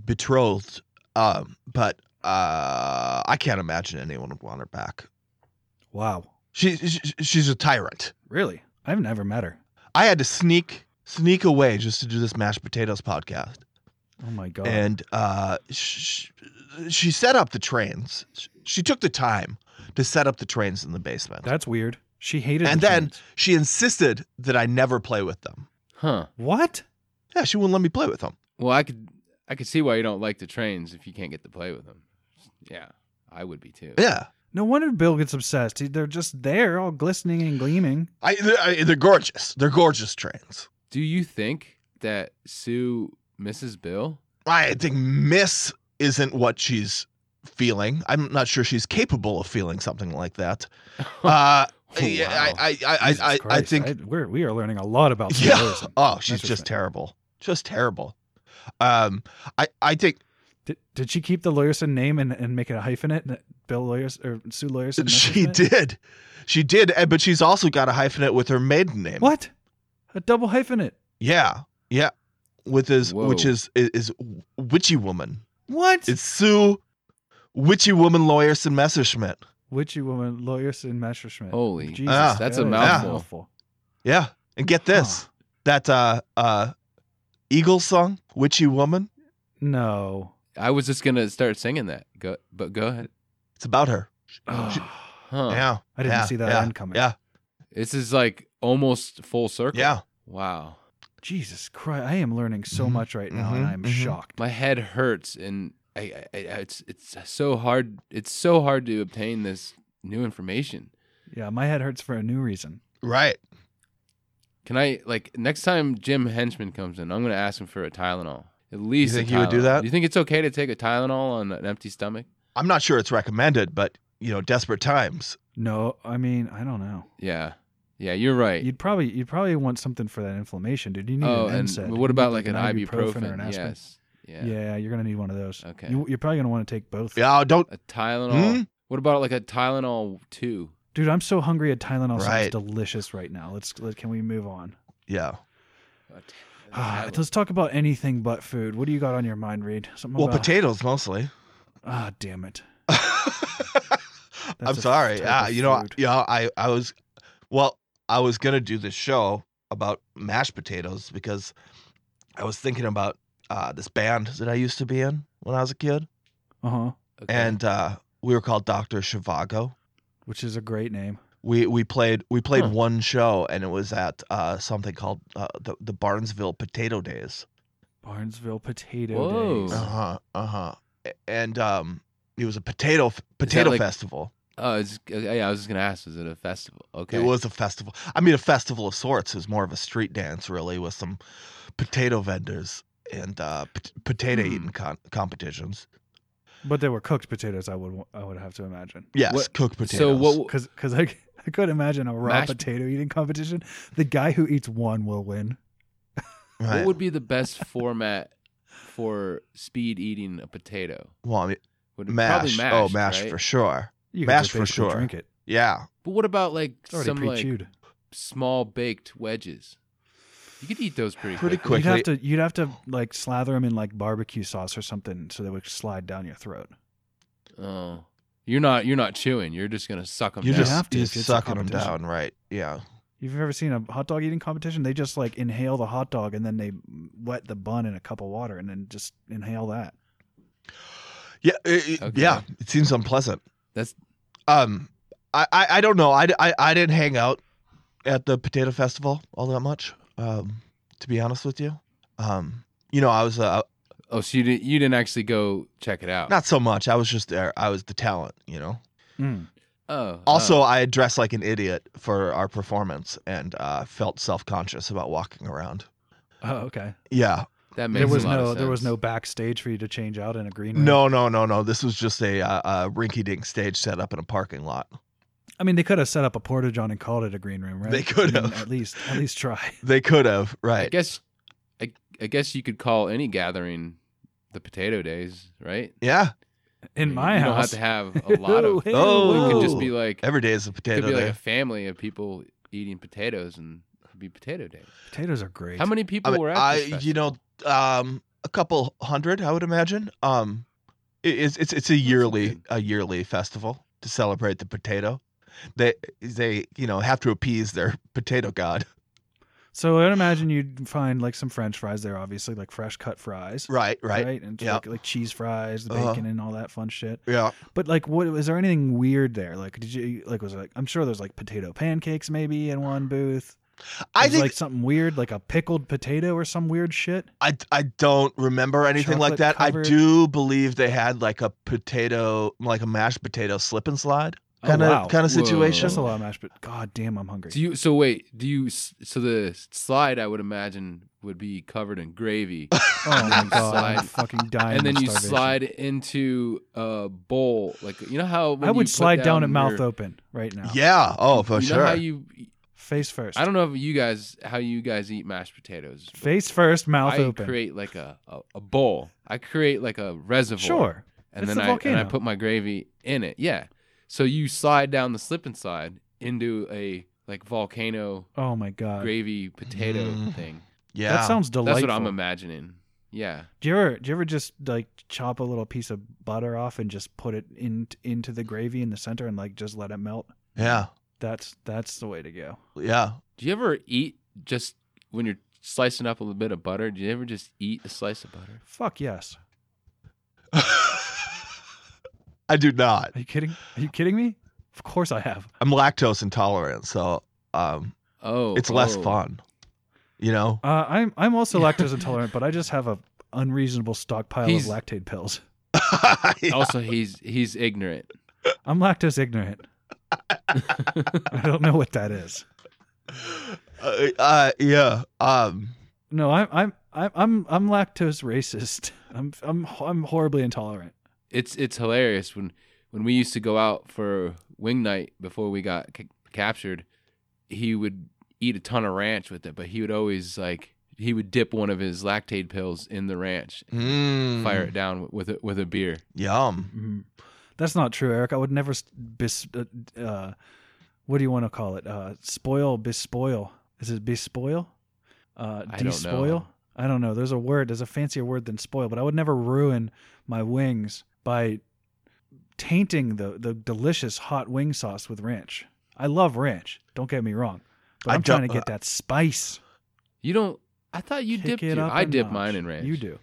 Speaker 6: betrothed, um, but uh, I can't imagine anyone would want her back.
Speaker 2: wow,
Speaker 6: She, she she's a tyrant.
Speaker 2: really? I've never met her.
Speaker 6: I had to sneak sneak away just to do this mashed potatoes podcast,
Speaker 2: Oh my god.
Speaker 6: and uh, she, she set up the trains. She- She took the time to set up the trains in the basement,
Speaker 2: That's weird. She hated.
Speaker 6: and
Speaker 2: the
Speaker 6: then
Speaker 2: trains.
Speaker 6: she insisted that I never play with them.
Speaker 7: Huh.
Speaker 2: what?
Speaker 6: Yeah, she wouldn't let me play with them.
Speaker 7: Well, I could I could see why you don't like the trains if you can't get to play with them. Yeah, I would be too.
Speaker 6: Yeah.
Speaker 2: No wonder Bill gets obsessed. He- They're just there, all glistening and gleaming.
Speaker 6: I, they're, I they're gorgeous. They're gorgeous trains.
Speaker 7: Do you think that Sue misses Bill?
Speaker 6: I think miss isn't what she's feeling. I'm not sure she's capable of feeling something like that. Uh, yeah, I, I, I,
Speaker 2: Oh,
Speaker 6: I,
Speaker 2: Jesus
Speaker 6: I, I
Speaker 2: Christ,
Speaker 6: think.
Speaker 2: we're we are learning a lot about. Sue
Speaker 6: yeah.
Speaker 2: Lawyerson.
Speaker 6: Oh, she's
Speaker 2: That's
Speaker 6: just
Speaker 2: right.
Speaker 6: terrible. Just terrible. Um, I, I think
Speaker 2: Did, did she keep the Lawyerson name and, and make it a hyphenate? Bill Lawyers or Sue Lawyerson?
Speaker 6: she
Speaker 2: Messerschmidt?
Speaker 6: did. She did, eh, but she's also got a hyphenate with her maiden name.
Speaker 2: What? A double hyphenate?
Speaker 6: Yeah. Yeah. With his, which
Speaker 7: Whoa.
Speaker 6: is, is, is Witchy Woman.
Speaker 2: What?
Speaker 6: It's Sue Witchy Woman Lawyerson Messerschmidt.
Speaker 2: Witchy woman, Lawyerson, Messerschmidt.
Speaker 7: Holy-
Speaker 2: Jesus,
Speaker 6: Ah,
Speaker 7: that's
Speaker 2: that
Speaker 7: a
Speaker 2: is
Speaker 7: mouthful.
Speaker 6: Yeah. And get this. That uh uh Eagle song, Witchy Woman,
Speaker 2: No.
Speaker 7: I was just gonna start singing that. Go, but go ahead.
Speaker 6: it's about her.
Speaker 2: Ah,
Speaker 7: Huh.
Speaker 6: yeah.
Speaker 2: I didn't
Speaker 6: yeah,
Speaker 2: see that
Speaker 6: yeah,
Speaker 2: end coming.
Speaker 6: Yeah.
Speaker 7: This is like almost full circle.
Speaker 6: Yeah.
Speaker 7: Wow.
Speaker 2: Jesus Christ, I am learning so
Speaker 6: Mhm,
Speaker 2: much right now, and
Speaker 6: mhm,
Speaker 2: I'm
Speaker 6: mhm.
Speaker 2: shocked.
Speaker 7: My head hurts, and I, I, I it's it's so hard. It's so hard to obtain this new information.
Speaker 2: Yeah, my head hurts for a new reason.
Speaker 6: Right.
Speaker 7: Can I like next time Jim Henchman comes in, I'm gonna ask him for a Tylenol. At least
Speaker 6: think
Speaker 7: a
Speaker 6: he would do
Speaker 7: Tylenol.
Speaker 6: that?
Speaker 7: Do you think it's okay to take a Tylenol on an empty stomach?
Speaker 6: I'm not sure it's recommended, but you know, desperate times.
Speaker 2: No, I mean, I don't know.
Speaker 7: Yeah, yeah, you're right.
Speaker 2: You'd probably you'd probably want something for that inflammation, dude. You need
Speaker 7: oh,
Speaker 2: an
Speaker 7: and
Speaker 2: NSAID.
Speaker 7: what
Speaker 2: You
Speaker 7: about
Speaker 2: need
Speaker 7: like an, ibuprofen?
Speaker 2: or an aspirin.
Speaker 7: yes. Yeah.
Speaker 2: Yeah. you're gonna need one of those.
Speaker 7: Okay.
Speaker 2: You, you're probably gonna want to take both.
Speaker 6: Yeah, oh, don't
Speaker 7: A Tylenol.
Speaker 6: Hmm?
Speaker 7: What about like a Tylenol two?
Speaker 2: Dude, I'm so hungry. A Tylenol
Speaker 6: Right.
Speaker 2: sounds delicious right now. Let's let, can we move on?
Speaker 6: yeah.
Speaker 7: A t- a
Speaker 2: Ah,
Speaker 7: tablet.
Speaker 2: let's talk about anything but food. What do you got on your mind, Reed? Something
Speaker 6: Well,
Speaker 2: about
Speaker 6: potatoes mostly.
Speaker 2: Ah, damn it.
Speaker 6: I'm
Speaker 2: a
Speaker 6: sorry.
Speaker 2: type
Speaker 6: Yeah,
Speaker 2: of
Speaker 6: you know,
Speaker 2: food.
Speaker 6: yeah, I, I was, well, I was gonna do this show about mashed potatoes because I was thinking about uh, this band that I used to be in when I was a kid,
Speaker 2: Uh huh.
Speaker 7: Okay.
Speaker 6: and uh, we were called Doctor Shivago.
Speaker 2: Which is a great name.
Speaker 6: We we played we played
Speaker 7: Huh.
Speaker 6: one show, and it was at uh, something called uh, the the Barnesville Potato Days.
Speaker 2: Barnesville Potato
Speaker 7: Whoa.
Speaker 2: Days.
Speaker 6: Uh
Speaker 7: Uh-huh.
Speaker 6: huh. Uh huh. And um, it was a potato f- potato
Speaker 7: like-
Speaker 6: festival.
Speaker 7: oh, it's, yeah, I was just gonna ask, was it a festival? Okay.
Speaker 6: It was a festival. I mean, a festival of sorts. It was more of a street dance, really, with some potato vendors and uh, pot potato
Speaker 7: Hmm.
Speaker 6: eating con- competitions.
Speaker 2: But they were cooked potatoes. I would wa- I would have to imagine.
Speaker 6: Yes,
Speaker 7: What-
Speaker 6: cooked potatoes.
Speaker 7: So what?
Speaker 2: Because because I I could imagine a raw
Speaker 7: Mashed-
Speaker 2: potato eating competition. The guy who eats one will win.
Speaker 6: Right.
Speaker 7: What would be the best format for speed eating a potato?
Speaker 6: well, I mean,
Speaker 7: Would it-
Speaker 6: mashed.
Speaker 7: Probably
Speaker 6: oh,
Speaker 7: mashed.
Speaker 6: mashed
Speaker 7: right?
Speaker 6: for sure.
Speaker 2: You could
Speaker 6: Mashed
Speaker 2: just
Speaker 6: for
Speaker 2: basically
Speaker 6: sure.
Speaker 2: Drink it.
Speaker 6: Yeah.
Speaker 7: But what about like
Speaker 2: It's already
Speaker 7: some like
Speaker 2: pre-chewed.
Speaker 7: small baked wedges? You could eat those pretty
Speaker 6: Pretty
Speaker 7: quick.
Speaker 6: quickly.
Speaker 2: You'd have to you'd have to like slather them in like barbecue sauce or something so they would slide down your throat.
Speaker 7: Oh, you're not you're not chewing. You're just gonna suck them.
Speaker 6: You
Speaker 2: You
Speaker 6: just,
Speaker 2: have to
Speaker 6: you
Speaker 2: if it's a
Speaker 6: sucking them
Speaker 2: competition.
Speaker 6: down, right? Yeah.
Speaker 2: You've ever seen a hot dog eating competition? They just like inhale the hot dog and then they wet the bun in a cup of water and then just inhale that.
Speaker 6: Yeah, it, it-
Speaker 7: Okay.
Speaker 6: yeah. It seems unpleasant.
Speaker 7: That's-
Speaker 6: um, I I, I don't know. I, I I didn't hang out at the potato festival all that much. Um, to be honest with you, um, you know, I was uh,
Speaker 7: Oh, so you didn't you didn't actually go check it out?
Speaker 6: not so much. I was just there. I was the talent, you know.
Speaker 2: Mm.
Speaker 7: Oh,
Speaker 6: Also,
Speaker 7: oh.
Speaker 6: I dressed like an idiot for our performance and uh, felt self conscious about walking around.
Speaker 2: Oh, okay.
Speaker 6: Yeah.
Speaker 7: that makes
Speaker 2: There was
Speaker 7: a lot of
Speaker 2: no there was
Speaker 7: sense.
Speaker 2: no backstage for you to change out in a green room.
Speaker 6: No, no, no, no. This was just a, uh, uh rinky dink stage set up in a parking lot.
Speaker 2: I mean, they could have set up a portage on and called it a green room, right?
Speaker 6: They could
Speaker 2: I mean,
Speaker 6: have.
Speaker 2: at least at least try.
Speaker 6: They could have,
Speaker 7: I
Speaker 6: right?
Speaker 7: guess, I, I guess you could call any gathering the potato days, right?
Speaker 6: Yeah.
Speaker 2: In
Speaker 7: You-
Speaker 2: my
Speaker 7: you
Speaker 2: house,
Speaker 7: don't have to have a lot of.
Speaker 2: Hey,
Speaker 6: Oh,
Speaker 7: It
Speaker 2: whoa.
Speaker 7: could just be like it
Speaker 6: Every day is a
Speaker 7: could
Speaker 6: potato
Speaker 7: be like
Speaker 6: day.
Speaker 7: a family of people eating potatoes and it'd be potato day.
Speaker 2: potatoes are great.
Speaker 7: How many people
Speaker 6: I, mean,
Speaker 7: were at
Speaker 6: I-
Speaker 7: this
Speaker 6: you know, um, a couple hundred, I would imagine. Um, it- it's it's it's a yearly
Speaker 7: good.
Speaker 6: a yearly festival to celebrate the potato. They they you know have to appease their potato god,
Speaker 2: So I'd imagine you'd find like some French fries there, obviously, like fresh cut fries,
Speaker 6: right? Right?
Speaker 2: And just,
Speaker 6: Yeah.
Speaker 2: like, like cheese fries, the bacon,
Speaker 6: Uh-huh.
Speaker 2: and all that fun shit.
Speaker 6: Yeah.
Speaker 2: But like, what was there anything weird there? Like, did you like was it, like I'm sure there's like potato pancakes maybe in one booth.
Speaker 6: I
Speaker 2: Was,
Speaker 6: think
Speaker 2: like something weird, like a pickled potato or some weird shit.
Speaker 6: I I don't remember anything like that. I
Speaker 2: Chocolate-covered-
Speaker 6: do believe they had like a potato, like a mashed potato slip and slide
Speaker 2: Oh,
Speaker 6: kind of
Speaker 2: wow.
Speaker 6: kind of
Speaker 7: Whoa.
Speaker 6: situation.
Speaker 2: That's a lot of mashed, but god damn, I'm hungry.
Speaker 7: Do you so wait? Do you s- so the slide I would imagine would be covered in gravy,
Speaker 2: oh my god, I'm
Speaker 7: slide.
Speaker 2: fucking dying.
Speaker 7: and then
Speaker 2: of
Speaker 7: you
Speaker 2: starvation.
Speaker 7: slide into a bowl like you know how when
Speaker 2: I
Speaker 7: you
Speaker 2: would
Speaker 7: put
Speaker 2: slide down, at mouth
Speaker 7: your-
Speaker 2: open right now.
Speaker 6: Yeah. Oh, for
Speaker 7: you
Speaker 6: sure.
Speaker 7: Know how you
Speaker 2: Face first.
Speaker 7: I don't know if you guys how you guys eat mashed potatoes. but
Speaker 2: Face first, mouth
Speaker 7: I
Speaker 2: open.
Speaker 7: create like a, a a bowl. I create like a reservoir.
Speaker 2: sure.
Speaker 7: and
Speaker 2: It's
Speaker 7: then
Speaker 2: the
Speaker 7: I and
Speaker 2: volcano.
Speaker 7: I put my gravy in it. Yeah. So you slide down the slip and slide into a like volcano
Speaker 2: Oh my god.
Speaker 7: gravy potato
Speaker 6: Mm.
Speaker 7: thing.
Speaker 6: yeah.
Speaker 2: That sounds delightful.
Speaker 7: That's what I'm imagining. Yeah.
Speaker 2: Do you ever do you ever just like chop a little piece of butter off and just put it in into the gravy in the center and like just let it melt?
Speaker 6: yeah.
Speaker 2: That's that's the way to go.
Speaker 6: Yeah.
Speaker 7: Do you ever eat just when you're slicing up a little bit of butter? Do you ever just eat a slice of butter?
Speaker 2: Fuck yes.
Speaker 6: I do not.
Speaker 2: Are you kidding? Are you kidding me? Of course I have.
Speaker 6: I'm lactose intolerant, so um,
Speaker 7: Oh,
Speaker 6: it's less
Speaker 7: oh.
Speaker 6: fun. You know.
Speaker 2: Uh, I'm I'm also lactose intolerant, but I just have a unreasonable stockpile
Speaker 7: He's-
Speaker 2: of lactate pills.
Speaker 6: Yeah.
Speaker 7: Also, he's he's ignorant.
Speaker 2: I'm lactose ignorant. I don't know what that is.
Speaker 6: Uh, uh, yeah. Um,
Speaker 2: No, I'm I'm I'm I'm I'm lactose racist. I'm I'm I'm horribly intolerant.
Speaker 7: it's it's hilarious when when we used to go out for wing night before we got c- captured he would eat a ton of ranch with it but he would always like he would dip one of his lactate pills in the ranch
Speaker 2: Mm-hmm.
Speaker 6: mm,
Speaker 7: fire it down with a, with a beer
Speaker 6: Yum.
Speaker 2: Mhm. That's not true, Eric. I would never s- bis. uh, Uh, what do you want to call it? Uh, spoil, bespoil. Is it bespoil? Uh,
Speaker 7: I don't know.
Speaker 2: despoil. I don't know. There's a word. There's a fancier word than spoil. But I would never ruin my wings by tainting the the delicious hot wing sauce with ranch. I love ranch. Don't get me wrong. But
Speaker 6: I
Speaker 2: I'm trying to
Speaker 6: don't-
Speaker 2: get that spice.
Speaker 7: you don't i thought uh, you
Speaker 2: Kick
Speaker 7: dipped
Speaker 2: it
Speaker 7: your-
Speaker 2: up
Speaker 7: i
Speaker 2: a
Speaker 7: dip
Speaker 2: notch.
Speaker 7: mine in ranch
Speaker 2: You do.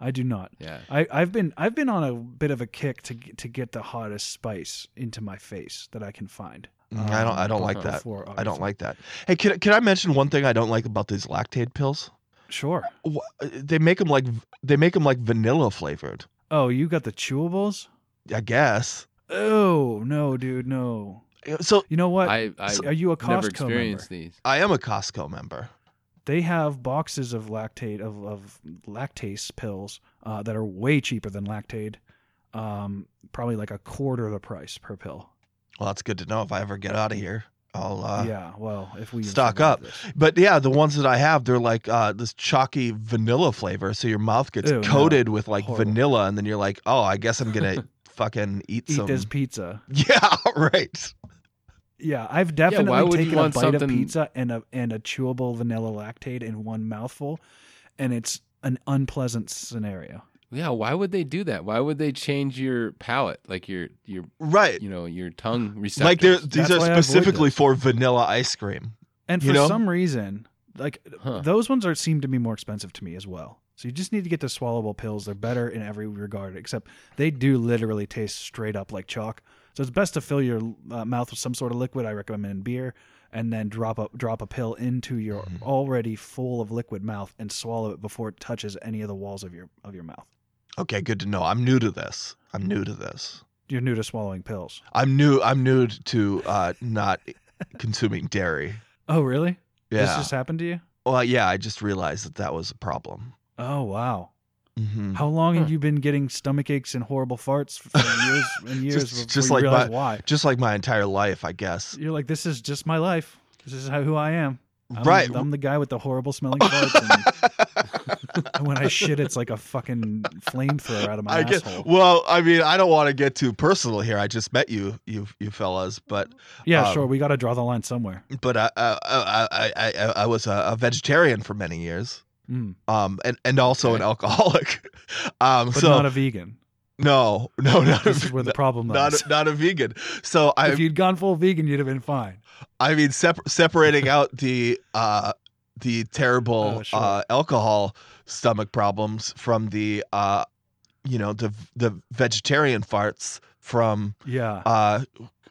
Speaker 2: I do not.
Speaker 7: yeah
Speaker 2: I, I've been I've been on a bit of a kick to get- to get the hottest spice into my face that I can find.
Speaker 6: Mm, I don't. I
Speaker 7: Oh,
Speaker 6: don't
Speaker 2: Um,
Speaker 6: like that.
Speaker 2: before
Speaker 6: I don't
Speaker 2: August.
Speaker 6: like that. Hey, can can I mention one thing I don't like about these lactate pills?
Speaker 2: Sure.
Speaker 6: Wh- They make them like v- they make them like vanilla flavored.
Speaker 2: Oh, you got the chewables?
Speaker 6: I guess.
Speaker 2: Oh no, dude, no.
Speaker 6: So
Speaker 2: You know what?
Speaker 7: i i
Speaker 2: Are you a
Speaker 7: never
Speaker 2: Costco member?
Speaker 7: experienced these
Speaker 6: I am a Costco member.
Speaker 2: They have boxes of lactate of, of lactase pills uh, that are way cheaper than lactate. Um, probably like a quarter the price per pill.
Speaker 6: Well, that's good to know. If I ever get out of here, I'll. Uh,
Speaker 2: yeah. Well, if we
Speaker 6: stock
Speaker 2: survive
Speaker 6: up.
Speaker 2: this.
Speaker 6: But yeah, the ones that I have, they're like uh, this chalky vanilla flavor. So your mouth gets
Speaker 2: Ew, no.
Speaker 6: coated with like
Speaker 2: Horrible.
Speaker 6: vanilla, and then you're like, oh, I guess I'm gonna fucking eat,
Speaker 2: Eat
Speaker 6: some.
Speaker 2: this pizza.
Speaker 6: Yeah, right.
Speaker 2: Yeah, I've
Speaker 7: why
Speaker 2: definitely
Speaker 7: would you
Speaker 2: taken a
Speaker 7: want
Speaker 2: bite of
Speaker 7: something-
Speaker 2: pizza and a and a chewable vanilla lactate in one mouthful, and it's an unpleasant scenario.
Speaker 7: yeah why would they do that why would they change your palate like your your
Speaker 6: Right.
Speaker 7: you know your tongue receptors
Speaker 6: Like they're, these
Speaker 2: That's
Speaker 6: are
Speaker 2: why I avoid
Speaker 6: specifically
Speaker 2: those.
Speaker 6: for vanilla ice cream.
Speaker 2: And for
Speaker 6: You know?
Speaker 2: some reason, like
Speaker 7: Huh.
Speaker 2: those ones are seem to be more expensive to me as well. So you just need to get the swallowable pills. They're better in every regard, except they do literally taste straight up like chalk. So it's best to fill your uh, mouth with some sort of liquid. I recommend beer, and then drop a drop a pill into your
Speaker 7: Mm-hmm.
Speaker 2: already full of liquid mouth and swallow it before it touches any of the walls of your of your mouth.
Speaker 6: Okay, good to know. I'm new to this. I'm new to this.
Speaker 2: You're new to swallowing pills.
Speaker 6: I'm new. I'm new to uh, not consuming dairy.
Speaker 2: Oh, really?
Speaker 6: Yeah.
Speaker 2: This just happened to you?
Speaker 6: well, yeah. I just realized that that was a problem.
Speaker 2: Oh, wow.
Speaker 6: hmm
Speaker 2: How long have
Speaker 7: Huh.
Speaker 2: you been getting stomach aches and horrible farts for years and years
Speaker 6: Just-
Speaker 2: before
Speaker 6: just
Speaker 2: you
Speaker 6: like
Speaker 2: realize
Speaker 6: my-
Speaker 2: why?
Speaker 6: Just like my entire life, I guess.
Speaker 2: You're like, this is just my life. This is how, who I am. I'm,
Speaker 6: right.
Speaker 2: I'm the guy with the horrible smelling farts. And, and when I shit, it's like a fucking flamethrower out of my
Speaker 6: I guess.
Speaker 2: asshole.
Speaker 6: Well, I mean, I don't want to get too personal here. I just met you, you, you fellas, but
Speaker 2: yeah,
Speaker 6: um,
Speaker 2: sure. We got to draw the line somewhere.
Speaker 6: but I I I I, I, I was a, a vegetarian for many years,
Speaker 2: Mm.
Speaker 6: um, and and also an
Speaker 7: Okay.
Speaker 6: alcoholic. Um,
Speaker 2: But
Speaker 6: so
Speaker 2: not a vegan.
Speaker 6: no, no, not
Speaker 2: This is
Speaker 6: a,
Speaker 2: where the problem
Speaker 6: not
Speaker 2: lies.
Speaker 6: a, not a vegan. So I
Speaker 2: if you'd gone full vegan, you'd have been fine.
Speaker 6: I mean, separ- separating out the uh, the terrible
Speaker 2: Oh, sure.
Speaker 6: uh, alcohol stomach problems from the uh, you know the the vegetarian farts from
Speaker 2: Yeah.
Speaker 6: uh,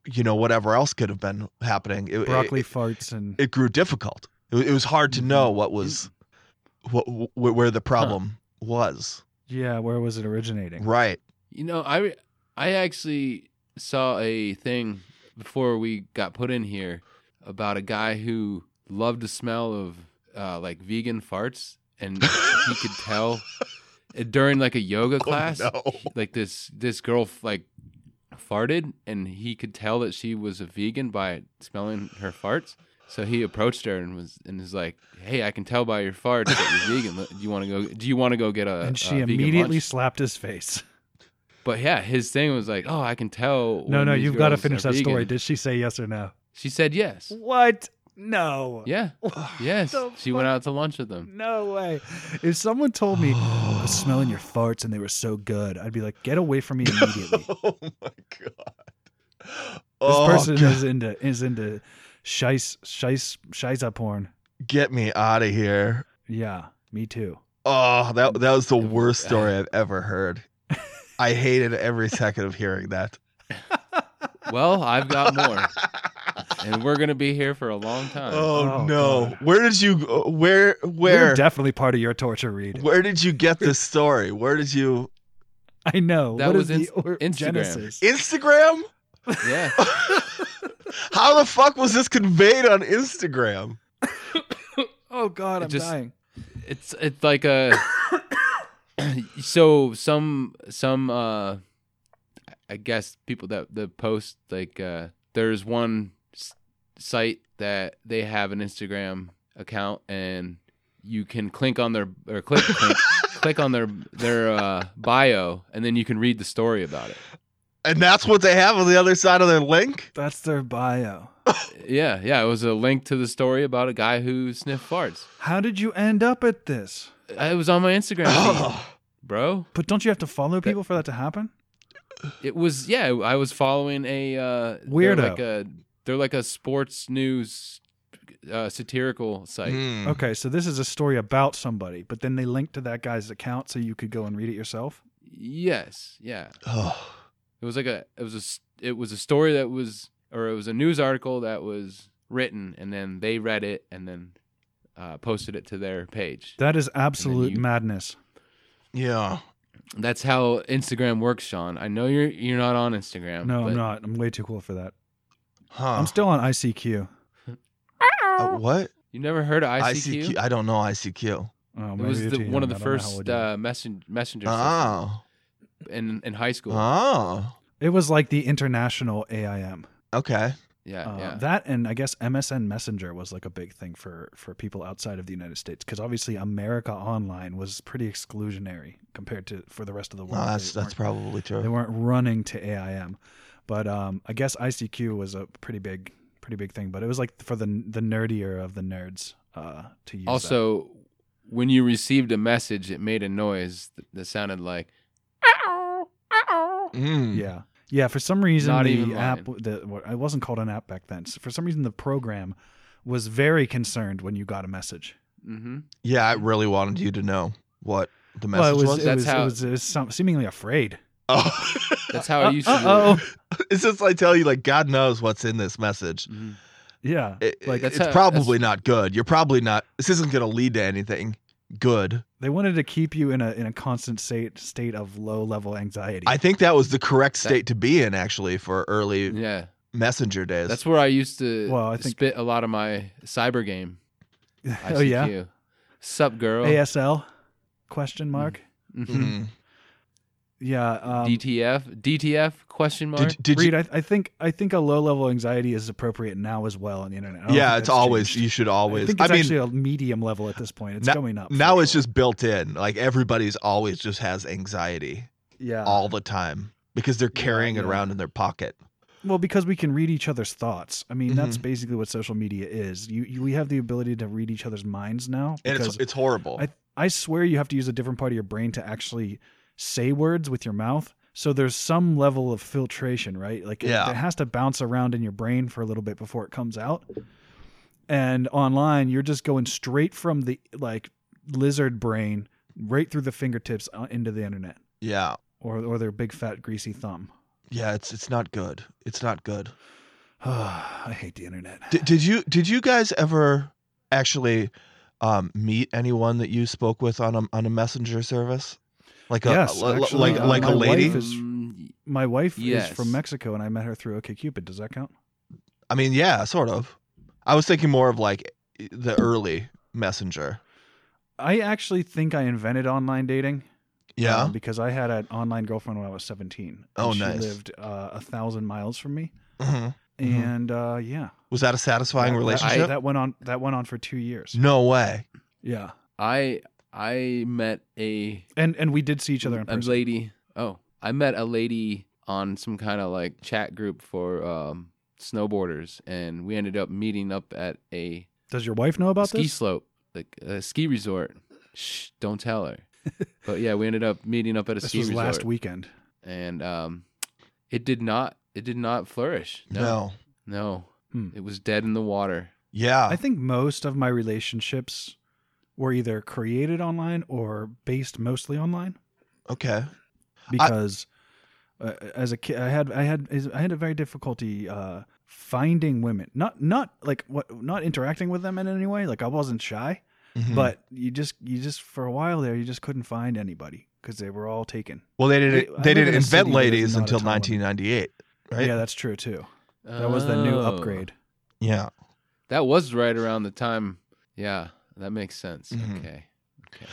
Speaker 6: you know whatever else could have been happening. It,
Speaker 2: Broccoli
Speaker 6: It,
Speaker 2: farts and.
Speaker 6: it grew difficult. It, wa- it was hard to
Speaker 2: Mhm.
Speaker 6: know what was what wh- where the problem was.
Speaker 2: yeah, where was it originating?
Speaker 6: Right.
Speaker 7: You know, I I actually saw a thing before we got put in here about a guy who loved the smell of uh, like vegan farts, and he could tell during like a yoga class,
Speaker 6: Oh, no.
Speaker 7: like this this girl like farted, and he could tell that she was a vegan by smelling her farts. So he approached her and was and is like, "Hey, I can tell by your farts that you're vegan. Do you want to go? Do you want to go get a?"
Speaker 2: and
Speaker 7: a
Speaker 2: she
Speaker 7: uh, vegan
Speaker 2: immediately
Speaker 7: lunch?"
Speaker 2: slapped his face.
Speaker 7: But yeah, his thing was like, "Oh, I can tell."
Speaker 2: No,
Speaker 7: when
Speaker 2: no,
Speaker 7: these
Speaker 2: you've got to
Speaker 7: girls
Speaker 2: finish
Speaker 7: are
Speaker 2: that story.
Speaker 7: vegan."
Speaker 2: Did she say yes or no?
Speaker 7: She said yes.
Speaker 2: What? No.
Speaker 7: Yeah. Yes.
Speaker 2: the
Speaker 7: She went out to lunch with them.
Speaker 2: No way. If someone told me I was smelling your farts and they were so good, I'd be like, get away from me immediately. this
Speaker 6: Oh my god. oh,
Speaker 2: person
Speaker 6: God.
Speaker 2: is into is into shice shice shiza porn.
Speaker 6: get me out of here.
Speaker 2: Yeah, me too.
Speaker 6: Oh, that
Speaker 2: Mm.
Speaker 6: that was the worst story I've ever heard. I hated every second of hearing that.
Speaker 7: Well, I've got more, and we're gonna be here for a long time.
Speaker 6: Oh,
Speaker 2: Oh,
Speaker 6: no.
Speaker 2: God.
Speaker 6: Where did you uh, where
Speaker 2: We're
Speaker 6: where
Speaker 2: definitely part of your torture read.
Speaker 6: where did you get this story? Where did you
Speaker 2: I know.
Speaker 7: That
Speaker 2: What
Speaker 7: was
Speaker 2: is the
Speaker 7: Inst-
Speaker 2: or-
Speaker 7: Instagram.
Speaker 2: Genesis?
Speaker 6: Instagram?
Speaker 7: Yeah.
Speaker 6: How the fuck was this conveyed on Instagram?
Speaker 2: Oh god,
Speaker 7: It
Speaker 2: I'm
Speaker 7: just-
Speaker 2: dying.
Speaker 7: It's it's like a. so some some uh, I guess people that the post like uh, there's one s- site that they have an Instagram account and you can click on their or click click, click on their their uh, bio and then you can read the story about it.
Speaker 6: And that's what they have on the other side of their link?
Speaker 2: That's their bio.
Speaker 7: Yeah, yeah. It was a link to the story about a guy who sniffed farts.
Speaker 2: How did you end up at this?
Speaker 7: It was on my Instagram,
Speaker 6: Oh,
Speaker 7: feed, bro.
Speaker 2: But don't you have to follow people for that to happen?
Speaker 7: It was yeah. I was following a uh,
Speaker 2: Weirdo.
Speaker 7: They're like a, they're like a sports news uh, satirical site.
Speaker 6: Mm.
Speaker 2: Okay, so this is a story about somebody, but then they link to that guy's account so you could go and read it yourself.
Speaker 7: Yes, yeah.
Speaker 6: Oh.
Speaker 7: It was like a it was a s- it was a story that was or it was a news article that was written and then they read it and then uh, posted it to their page.
Speaker 2: That is absolute
Speaker 7: you-
Speaker 2: madness.
Speaker 6: Yeah.
Speaker 7: That's how Instagram works, Sean. I know you're you're not on Instagram.
Speaker 2: No,
Speaker 7: but
Speaker 2: I'm not. I'm way too cool for that.
Speaker 6: Huh.
Speaker 7: Ah.
Speaker 2: I'm still on ICQ.
Speaker 6: Uh, what?
Speaker 7: You never heard of ICQ?
Speaker 6: I don't know ICQ.
Speaker 2: Oh,
Speaker 7: It
Speaker 2: maybe
Speaker 7: was
Speaker 2: you're
Speaker 7: the,
Speaker 2: too
Speaker 7: one of
Speaker 2: young. I don't know
Speaker 7: the
Speaker 2: how old
Speaker 7: first
Speaker 2: you are.
Speaker 7: uh, messen- messenger systems
Speaker 6: Oh.
Speaker 7: in in high school.
Speaker 6: Oh.
Speaker 2: It was like the international AIM.
Speaker 6: Okay.
Speaker 7: Yeah,
Speaker 2: Uh,
Speaker 7: yeah.
Speaker 2: That and I guess MSN Messenger was like a big thing for for people outside of the United States because obviously America Online was pretty exclusionary compared to for the rest of the world.
Speaker 6: No, that's
Speaker 2: They
Speaker 6: that's
Speaker 2: weren't-
Speaker 6: probably
Speaker 2: They
Speaker 6: true.
Speaker 2: weren't running to AIM, but um, I guess ICQ was a pretty big pretty big thing. But it was like for the the nerdier of the nerds uh, to use. that.
Speaker 7: also, when you received a message, it made a noise that, that sounded like
Speaker 6: Mm.
Speaker 2: Yeah. Yeah, for some reason
Speaker 7: hmm. Not
Speaker 2: the
Speaker 7: even
Speaker 2: app the well, it wasn't called an app back then. So for some reason the program was very concerned when you got a message.
Speaker 7: mm-hmm.
Speaker 6: Yeah, I really wanted you to know what the message
Speaker 2: well, it was,
Speaker 6: was.
Speaker 2: it
Speaker 7: That's
Speaker 2: was,
Speaker 7: how-
Speaker 2: it was, it was some, seemingly afraid.
Speaker 6: Oh,
Speaker 7: That's how I used to. do it.
Speaker 2: oh.
Speaker 6: it's just I tell you, like God knows what's in this
Speaker 2: oh.
Speaker 6: message.
Speaker 7: Mhm.
Speaker 2: Yeah.
Speaker 6: It-
Speaker 2: Like,
Speaker 6: it's
Speaker 7: That's how-
Speaker 6: probably not good. You're probably not. This isn't going to lead to anything good.
Speaker 2: They wanted to keep you in a in a constant state state of low level anxiety.
Speaker 6: I think that was the correct state to be in, actually, for early
Speaker 7: Yeah,
Speaker 6: messenger days.
Speaker 7: that's where I used to
Speaker 2: Well, I think-
Speaker 7: spit a lot of my cyber game.
Speaker 2: oh yeah.
Speaker 7: ICQ. Sup, girl.
Speaker 2: ASL question mark.
Speaker 7: Mhm.
Speaker 2: mm-hmm.
Speaker 6: Mm.
Speaker 2: Yeah. Um,
Speaker 7: DTF. DTF? Question mark.
Speaker 6: Did, did
Speaker 2: Reed,
Speaker 6: you?
Speaker 2: I, I think I think a low level anxiety is appropriate now as well on the internet. I don't
Speaker 6: Yeah,
Speaker 2: think
Speaker 6: it's
Speaker 2: that's
Speaker 6: always.
Speaker 2: changed.
Speaker 6: You should
Speaker 2: I
Speaker 6: always.
Speaker 2: think
Speaker 6: I,
Speaker 2: it's
Speaker 6: mean,
Speaker 2: actually a medium level at this point. It's
Speaker 6: Now-
Speaker 2: going up. for
Speaker 6: now it's
Speaker 2: sure.
Speaker 6: just built in. Like everybody's always just has anxiety
Speaker 2: yeah.
Speaker 6: all the time because they're carrying it
Speaker 7: yeah.
Speaker 6: around in their pocket.
Speaker 2: Well, because we can read each other's thoughts. I mean,
Speaker 6: Mm-hmm.
Speaker 2: that's basically what social media is. You, you we have the ability to read each other's minds now.
Speaker 6: And
Speaker 2: Because
Speaker 6: it's it's horrible.
Speaker 2: I I swear you have to use a different part of your brain to actually say words with your mouth. So there's some level of filtration, right? Like it-
Speaker 6: Yeah.
Speaker 2: it, has to bounce around in your brain for a little bit before it comes out. And online, you're just going straight from the like lizard brain right through the fingertips uh, into the internet
Speaker 6: yeah.
Speaker 2: or or their big fat greasy thumb.
Speaker 6: Yeah, it's it's not good. It's not good.
Speaker 2: I hate the internet.
Speaker 6: Did, did you did you guys ever actually um, meet anyone that you spoke with on a on a messenger service? Like a
Speaker 2: Yes,
Speaker 6: li- li-
Speaker 2: actually,
Speaker 6: like
Speaker 2: uh,
Speaker 6: like
Speaker 2: my
Speaker 6: a lady?
Speaker 2: wife is-
Speaker 7: Mm,
Speaker 2: My wife
Speaker 7: Yes.
Speaker 2: is from Mexico, and I met her through OkCupid. Does that count?
Speaker 6: I mean, yeah, sort of. I was thinking more of like the early messenger.
Speaker 2: I actually think I invented online dating.
Speaker 6: Yeah.
Speaker 2: um, because I had an online girlfriend when I was 17. and
Speaker 6: Oh,
Speaker 2: she
Speaker 6: nice.
Speaker 2: lived uh, a thousand miles from me,
Speaker 6: Mhm. Mhm.
Speaker 2: and uh, yeah,
Speaker 6: Was that a satisfying
Speaker 2: That- that-
Speaker 6: relationship?
Speaker 2: that went on. That went on for two years.
Speaker 6: no way.
Speaker 2: Yeah,
Speaker 7: I I met a
Speaker 2: and and we did see each other in
Speaker 7: a
Speaker 2: person.
Speaker 7: lady. Oh, I met a lady on some kind of like chat group for um, snowboarders, and we ended up meeting up at a
Speaker 2: Does your wife know about
Speaker 7: ski
Speaker 2: this?
Speaker 7: slope, like a ski resort. Shh, don't tell her. but yeah, we ended up meeting up at a
Speaker 2: This
Speaker 7: ski
Speaker 2: was
Speaker 7: resort,
Speaker 2: last weekend.
Speaker 7: and um, it did not it did not flourish.
Speaker 6: No.
Speaker 7: No, no,
Speaker 2: Hmm.
Speaker 7: it was dead in the water.
Speaker 6: Yeah.
Speaker 2: I think most of my relationships were either created online or based mostly online.
Speaker 6: okay.
Speaker 2: because uh, as a kid, I had I had is- I had a very difficulty uh, finding women. Not not like what not interacting with them in any way. Like I wasn't shy,
Speaker 6: Mhm.
Speaker 2: but you just you just for a while there, you just couldn't find anybody because they were all taken.
Speaker 6: well, they
Speaker 2: I- I
Speaker 6: didn't
Speaker 2: live
Speaker 6: they
Speaker 2: in
Speaker 6: didn't
Speaker 2: a city
Speaker 6: invent
Speaker 2: where there's
Speaker 6: ladies
Speaker 2: not a
Speaker 6: until
Speaker 2: ton of them.
Speaker 6: 1998, right?
Speaker 2: Yeah, that's true too. That was the new
Speaker 7: Oh.
Speaker 2: upgrade.
Speaker 6: Yeah.
Speaker 7: That was right around the time. Yeah, that makes sense.
Speaker 6: Mhm.
Speaker 7: Okay, okay.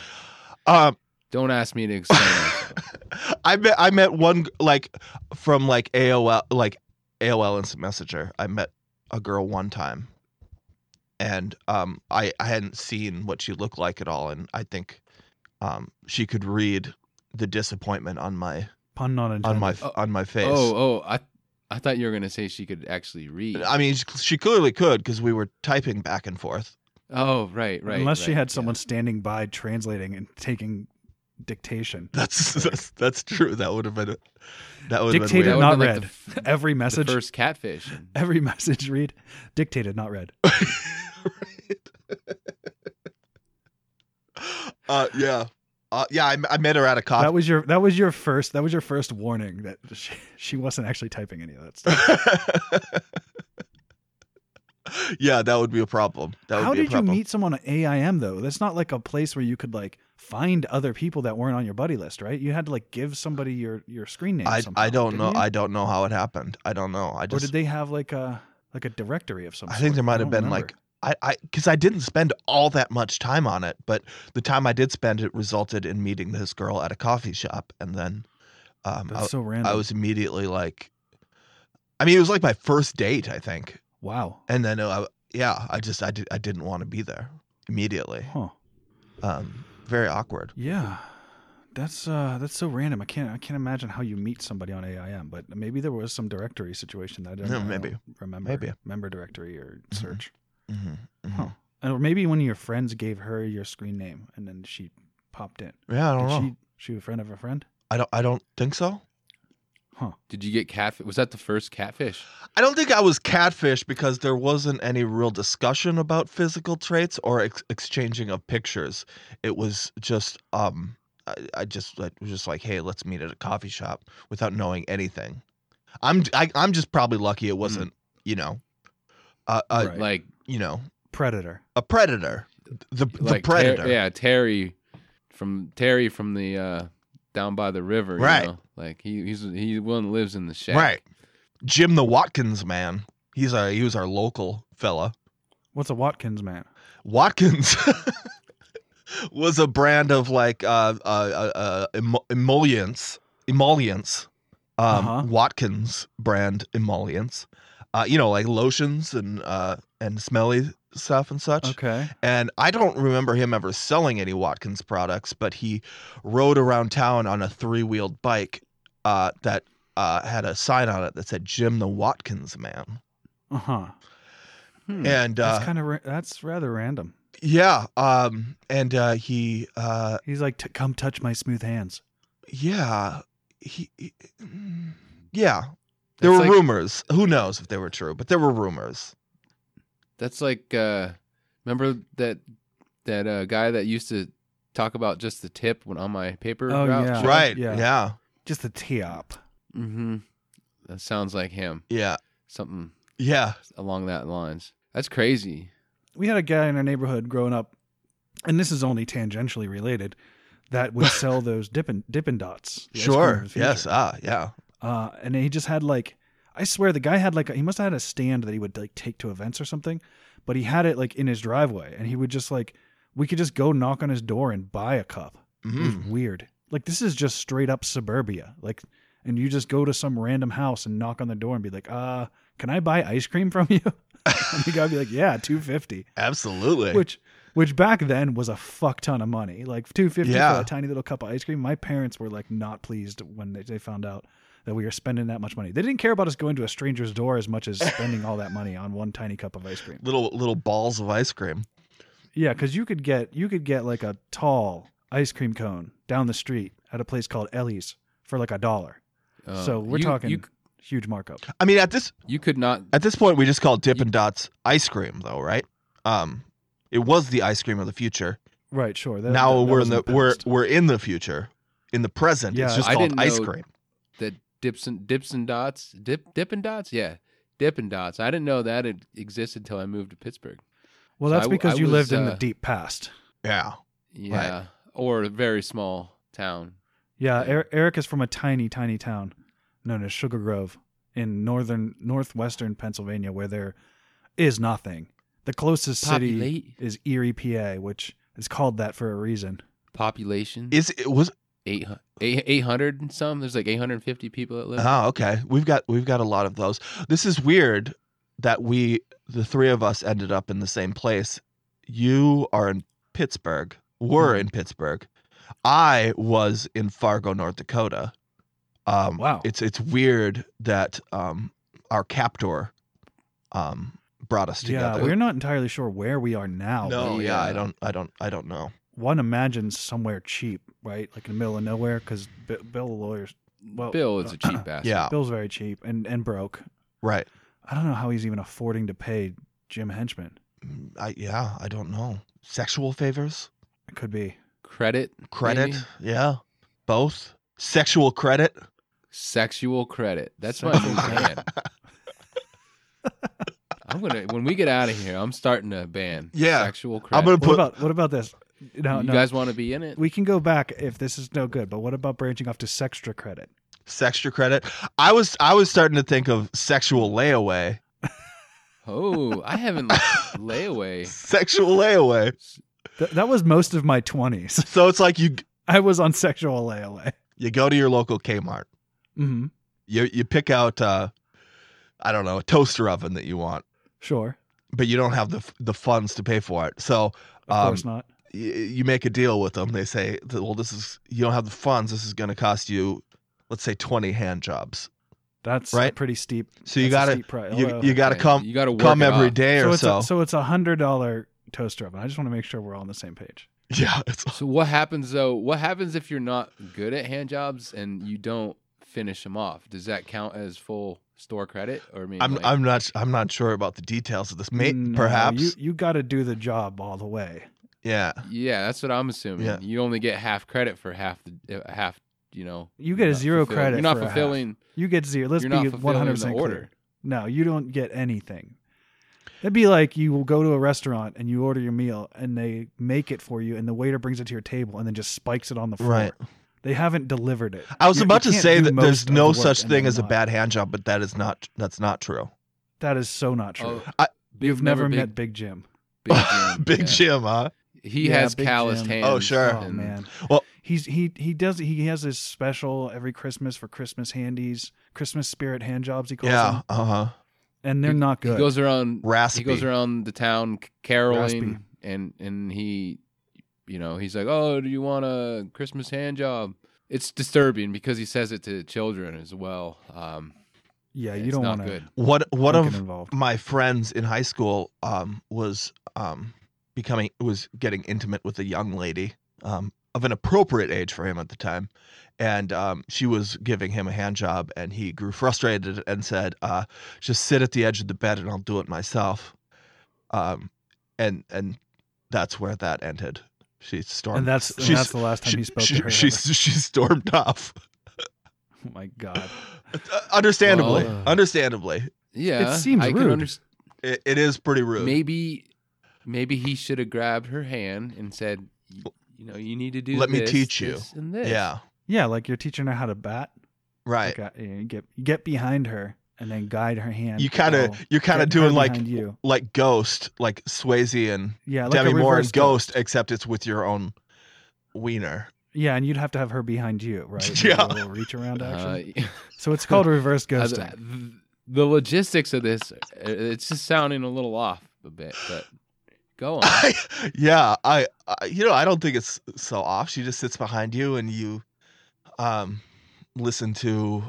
Speaker 6: Um,
Speaker 7: Don't ask me to explain. myself.
Speaker 6: I met I met one like from like AOL like AOL Instant Messenger. I met a girl one time, and um I I hadn't seen what she looked like at all, and I think um she could read the disappointment on my
Speaker 2: Pun not intended.
Speaker 6: on my
Speaker 7: Oh.
Speaker 6: on my face.
Speaker 7: oh, oh, I I thought you were gonna say she could actually read.
Speaker 6: I mean, she clearly could because we were typing back and forth.
Speaker 7: oh, right, right.
Speaker 2: Unless she
Speaker 7: right,
Speaker 2: had
Speaker 7: yeah.
Speaker 2: someone standing by translating and taking dictation.
Speaker 6: That's that's, that's true. That would have been that would have been
Speaker 2: Dictated,
Speaker 6: weird.
Speaker 2: not
Speaker 7: would've been like
Speaker 2: read.
Speaker 7: the f-
Speaker 2: Every
Speaker 7: the
Speaker 2: message,
Speaker 7: first catfish. and-
Speaker 2: every message read, dictated, not read.
Speaker 6: uh, yeah. Uh, yeah, I, I met her at a coffee
Speaker 2: That was your that was your first that was your first warning that she, she wasn't actually typing any of that stuff.
Speaker 6: yeah, that would be a problem. That would
Speaker 2: How
Speaker 6: be
Speaker 2: did
Speaker 6: a
Speaker 2: you
Speaker 6: problem.
Speaker 2: meet someone on AIM though? That's not like a place where you could like find other people that weren't on your buddy list, right? You had to like give somebody your your screen name.
Speaker 6: I
Speaker 2: somehow,
Speaker 6: I don't
Speaker 2: didn't
Speaker 6: know.
Speaker 2: you?
Speaker 6: I don't know how it happened. I don't know. I
Speaker 2: or
Speaker 6: just
Speaker 2: did they have like a like a directory of some?
Speaker 6: I think
Speaker 2: sort?
Speaker 6: there might
Speaker 2: don't
Speaker 6: have been
Speaker 2: remember.
Speaker 6: like I I because I didn't spend all that much time on it, but the time I did spend it resulted in meeting this girl at a coffee shop, and then um,
Speaker 2: that's
Speaker 6: I,
Speaker 2: so random.
Speaker 6: I was immediately like, I mean, it was like my first date, I think,
Speaker 2: wow.
Speaker 6: and then uh, yeah, I just I did I didn't want to be there immediately.
Speaker 2: Huh.
Speaker 6: Um, very awkward.
Speaker 2: Yeah. That's uh that's so random. I can't I can't imagine how you meet somebody on AIM, but maybe there was some directory situation that I don't,
Speaker 6: Yeah,
Speaker 2: I don't
Speaker 6: maybe.
Speaker 2: remember.
Speaker 6: Maybe.
Speaker 2: member directory or
Speaker 6: Mhm.
Speaker 2: search.
Speaker 6: hmm
Speaker 2: And or maybe one of your friends gave her your screen name and then she popped in.
Speaker 6: Yeah, I don't
Speaker 2: Did
Speaker 6: know.
Speaker 2: she she a friend of a friend?
Speaker 6: I don't. I don't think so.
Speaker 7: Did you get catfish? Was that the first catfish?
Speaker 6: I don't think I was catfish because there wasn't any real discussion about physical traits or ex- exchanging of pictures. It was just um, I, I just I was just like, hey, let's meet at a coffee shop without knowing anything. I'm I, I'm just probably lucky it wasn't you know, uh, uh
Speaker 2: Mm. Right.
Speaker 7: like
Speaker 6: you know
Speaker 2: Predator.
Speaker 6: a predator, the the
Speaker 7: like Ter-
Speaker 6: predator.
Speaker 7: yeah, Terry from Terry from the uh, down by the river. you
Speaker 6: Right.
Speaker 7: know? Like he he's he one lives in the shack.
Speaker 6: Right. Jim the Watkins man. He's a he was our local fella.
Speaker 2: What's a Watkins man?
Speaker 6: Watkins was a brand of like uh uh, uh, uh emo- emollients, emollients, um,
Speaker 2: Uh-huh.
Speaker 6: Watkins brand emollients. Uh, you know, like lotions and uh and smelly stuff and such.
Speaker 2: Okay.
Speaker 6: And I don't remember him ever selling any Watkins products, but he rode around town on a three wheeled bike uh, that uh, had a sign on it that said Jim the Watkins Man.
Speaker 2: Uh huh.
Speaker 7: Hmm.
Speaker 6: And uh,
Speaker 2: That's kind of ra- that's rather random.
Speaker 6: yeah, um, and uh, he, uh,
Speaker 2: He's like, "T- come touch my smooth hands.
Speaker 6: yeah, he, he- mm, yeah.
Speaker 7: That's
Speaker 6: There were
Speaker 7: like-
Speaker 6: rumors. Who knows if they were true, but there were rumors.
Speaker 7: That's like uh, remember that that uh, guy that used to talk about just the tip when on my paper
Speaker 2: Oh,
Speaker 7: route
Speaker 2: yeah.
Speaker 7: show?
Speaker 6: right.
Speaker 2: yeah.
Speaker 6: Yeah. Yeah.
Speaker 2: Just the tee up.
Speaker 7: Mm-hmm. That sounds like him.
Speaker 6: Yeah.
Speaker 7: Something
Speaker 6: Yeah.
Speaker 7: along that lines. That's crazy.
Speaker 2: we had a guy in our neighborhood growing up, and this is only tangentially related, that would sell those dippin' dippin' dots. the ice cream
Speaker 6: Sure.
Speaker 2: of the
Speaker 6: Yes.
Speaker 2: future.
Speaker 6: Ah, yeah.
Speaker 2: Uh, and he just had like, I swear, the guy had like, a, he must have had a stand that he would like take to events or something, but he had it like in his driveway, and he would just like, we could just go knock on his door and buy a cup. It
Speaker 6: Mhm.
Speaker 2: was weird. Like this is just straight up suburbia. Like, and you just go to some random house and knock on the door and be like, uh, can I buy ice cream from you? and the guy would be like, yeah, two fifty
Speaker 6: Absolutely.
Speaker 2: which which back then was a fuck ton of money like 250
Speaker 6: Yeah.
Speaker 2: for a tiny little cup of ice cream my parents were like not pleased when they, they found out that we were spending that much money they didn't care about us going to a stranger's door as much as spending all that money on one tiny cup of ice cream
Speaker 6: little little balls of ice cream.
Speaker 2: yeah because you could get you could get like a tall ice cream cone down the street at a place called ellie's for like a dollar
Speaker 7: Uh,
Speaker 2: so we're
Speaker 7: you-
Speaker 2: talking
Speaker 7: you
Speaker 2: huge markup
Speaker 6: I mean, at this
Speaker 7: you could not
Speaker 6: at this point, we just call Dippin' Dots ice cream, though, right? Um, it was the ice cream of the future.
Speaker 2: right sure that-
Speaker 6: now
Speaker 2: that- that
Speaker 6: we're
Speaker 2: was
Speaker 6: in the, we're
Speaker 2: past.
Speaker 6: we're in the future, in the present.
Speaker 2: Yeah,
Speaker 6: it's just
Speaker 7: I
Speaker 6: called
Speaker 7: didn't
Speaker 6: ice
Speaker 7: know-
Speaker 6: cream.
Speaker 7: that dips and dips and dots dip dippin' dots yeah dippin' dots i didn't know that it existed until i moved to pittsburgh
Speaker 2: well
Speaker 7: so
Speaker 2: that's
Speaker 7: I w-
Speaker 2: because
Speaker 7: I
Speaker 2: you
Speaker 7: was,
Speaker 2: lived in the
Speaker 7: uh,
Speaker 2: deep past
Speaker 6: Yeah,
Speaker 7: yeah or a very small town
Speaker 2: Yeah, er- Eric is from a tiny, tiny town known as Sugar Grove in northern, northwestern Pennsylvania, where there is nothing. The closest city
Speaker 7: Populate,
Speaker 2: is Erie, PA, which is called that for a reason.
Speaker 7: population
Speaker 6: is it was?
Speaker 7: eight hun- eight- 800 and some there's like 850 people that live
Speaker 6: Oh, okay. We've got we've got a lot of those. This is weird that we the three of us ended up in the same place. You are in Pittsburgh. Were
Speaker 2: Mm-hmm.
Speaker 6: in Pittsburgh. I was in Fargo, North Dakota. Um,
Speaker 2: Wow.
Speaker 6: It's it's weird that um, our captor um, brought us
Speaker 2: Yeah,
Speaker 6: together.
Speaker 2: we're not entirely sure where we uh, are now. but
Speaker 6: no, yeah,
Speaker 7: Yeah.
Speaker 6: I don't, I don't, I don't know.
Speaker 2: One imagines somewhere cheap, right? Like in the middle of nowhere, because B- Bill the lawyer's, well,
Speaker 7: bill is a cheap bastard
Speaker 6: Uh-huh. Yeah,
Speaker 2: Bill's very cheap and, and broke.
Speaker 6: right.
Speaker 2: I don't know how he's even affording to pay Jim Henchman.
Speaker 6: Mm, I yeah, I don't know. Sexual favors,
Speaker 2: It could be.
Speaker 7: credit
Speaker 6: credit,
Speaker 7: maybe?
Speaker 6: yeah, both. Sexual credit.
Speaker 7: sexual credit that's my
Speaker 2: Sexual
Speaker 7: new plan i'm gonna when we get out of here i'm starting a band
Speaker 6: Yeah.
Speaker 7: sexual credit
Speaker 6: I'm gonna
Speaker 2: What
Speaker 6: put.
Speaker 2: about what about this? No,
Speaker 7: you
Speaker 2: no.
Speaker 7: guys want to be in it
Speaker 2: We can go back if this is no good, but what about branching off to Sextra credit?
Speaker 6: Sextra credit. I was I was starting to think of sexual layaway.
Speaker 7: Oh, I haven't layaway.
Speaker 6: Sexual layaway.
Speaker 2: Th- that was most of my 20s.
Speaker 6: So it's like you
Speaker 2: I was on sexual layaway.
Speaker 6: you go to your local Kmart.
Speaker 2: hmm
Speaker 6: You you pick out uh I don't know, a toaster oven that you want,
Speaker 2: Sure.
Speaker 6: but you don't have the f- the funds to pay for it. So
Speaker 2: Of
Speaker 6: Um,
Speaker 2: course not.
Speaker 6: y- you make a deal with them. They say, that, "Well, this is you don't have the funds. This is going to cost you, let's say, twenty hand jobs.
Speaker 2: That's
Speaker 6: right?
Speaker 2: a pretty steep.
Speaker 6: So you
Speaker 2: that's
Speaker 6: gotta
Speaker 2: a steep pri-
Speaker 6: you,
Speaker 2: oh,
Speaker 6: you got to
Speaker 7: Okay,
Speaker 6: come
Speaker 7: You got to work
Speaker 6: come
Speaker 7: it
Speaker 6: every
Speaker 7: off.
Speaker 6: day
Speaker 2: so
Speaker 6: or
Speaker 2: it's
Speaker 6: so.
Speaker 2: A, so it's a hundred dollar toaster oven. I just want to make sure we're all on the same page.
Speaker 6: yeah, it's
Speaker 7: So what happens though? What happens if you're not good at hand jobs and you don't finish them off? Does that count as full store credit? Or I mean,
Speaker 6: I'm
Speaker 7: like-
Speaker 6: I'm not I'm not sure about the details of this. May,
Speaker 2: No,
Speaker 6: perhaps
Speaker 2: you you got to do the job all the way.
Speaker 6: Yeah.
Speaker 7: Yeah, that's what I'm assuming.
Speaker 6: Yeah.
Speaker 7: You only get half credit for half the uh, half. You know,
Speaker 2: You get
Speaker 7: you're
Speaker 2: a
Speaker 7: not
Speaker 2: zero
Speaker 7: fulfilling-
Speaker 2: credit
Speaker 7: You're not
Speaker 2: for a half.
Speaker 7: fulfilling.
Speaker 2: You get zero. Let's
Speaker 7: You're not
Speaker 2: be
Speaker 7: fulfilling the
Speaker 2: 100% clear.
Speaker 7: order.
Speaker 2: No, you don't get anything. It'd be like you will go to a restaurant and you order your meal and they make it for you and the waiter brings it to your table and then just spikes it on the floor.
Speaker 6: Right.
Speaker 2: They haven't delivered it.
Speaker 6: I was
Speaker 2: You- you
Speaker 6: about to
Speaker 2: can't
Speaker 6: say
Speaker 2: do
Speaker 6: that
Speaker 2: most
Speaker 6: there's
Speaker 2: of the
Speaker 6: no
Speaker 2: work
Speaker 6: such
Speaker 2: and
Speaker 6: thing
Speaker 2: then
Speaker 6: as a
Speaker 2: not.
Speaker 6: bad hand job, but that is not that's not true.
Speaker 2: That is so not true.
Speaker 7: Oh,
Speaker 6: I-
Speaker 2: You've never,
Speaker 7: big-
Speaker 2: met Big Jim.
Speaker 7: Big Jim.
Speaker 6: Big
Speaker 7: yeah.
Speaker 6: Jim, huh?
Speaker 7: He
Speaker 2: Yeah,
Speaker 7: has
Speaker 2: Big
Speaker 7: calloused
Speaker 2: Jim.
Speaker 7: hands.
Speaker 6: Oh, sure.
Speaker 2: Oh
Speaker 7: and-
Speaker 2: man.
Speaker 6: Well-
Speaker 2: he's he he does he has this special every Christmas for Christmas handies, Christmas spirit hand jobs he calls
Speaker 6: Yeah.
Speaker 2: them,
Speaker 6: Uh huh.
Speaker 2: and they're not
Speaker 7: He
Speaker 2: good.
Speaker 7: goes around.
Speaker 6: Raspy.
Speaker 7: He goes around the town c- caroling,
Speaker 2: Raspy.
Speaker 7: and and he, you know, he's like, "Oh, do you want a Christmas hand job?" It's disturbing because he says it to children as well. Um,
Speaker 2: yeah, you
Speaker 7: it's
Speaker 2: don't
Speaker 7: not
Speaker 2: want to
Speaker 7: good.
Speaker 6: What one
Speaker 2: get
Speaker 6: of
Speaker 2: involved.
Speaker 6: my friends in high school um, was um, becoming was getting intimate with a young lady um, of an appropriate age for him at the time, and um, she was giving him a hand job, and he grew frustrated and said, uh, "Just sit at the edge of the bed, and I'll do it myself." Um, and and that's where that ended. She stormed.
Speaker 2: And that's and
Speaker 6: she's-
Speaker 2: that's the last time
Speaker 6: she,
Speaker 2: he spoke
Speaker 6: she,
Speaker 2: to her.
Speaker 6: she, she stormed off.
Speaker 2: oh my god.
Speaker 6: Uh, Understandably,
Speaker 7: Well, uh,
Speaker 6: understandably,
Speaker 7: Yeah,
Speaker 2: seems
Speaker 7: I
Speaker 2: rude.
Speaker 7: Can underst-
Speaker 6: it, it is pretty rude.
Speaker 7: maybe, maybe he should have grabbed her hand and said, "You, you know, you need to do.
Speaker 6: Let me
Speaker 7: this,
Speaker 6: teach you."
Speaker 7: this, and this.
Speaker 6: yeah,
Speaker 2: Yeah, like you're teaching her how to bat.
Speaker 6: right.
Speaker 2: Like, uh, you get get behind her and then guide her hand.
Speaker 6: you kind
Speaker 2: Oh,
Speaker 6: of you're kind of
Speaker 2: get her
Speaker 6: doing like
Speaker 2: behind you.
Speaker 6: like Ghost, like Swayze and
Speaker 2: Yeah, like
Speaker 6: Demi
Speaker 2: a
Speaker 6: Moore and
Speaker 2: reverse dog.
Speaker 6: Ghost, except it's with your own wiener.
Speaker 2: Yeah, and you'd have to have her behind you, right?
Speaker 6: Yeah.
Speaker 2: A little reach around action.
Speaker 7: Uh,
Speaker 2: so it's called reverse
Speaker 7: Uh,
Speaker 2: ghosting.
Speaker 7: the, the logistics of this uh, it's just sounding a little off a bit but go on
Speaker 6: yeah, I, I you know I don't think it's so off. She just sits behind you and you, um, listen to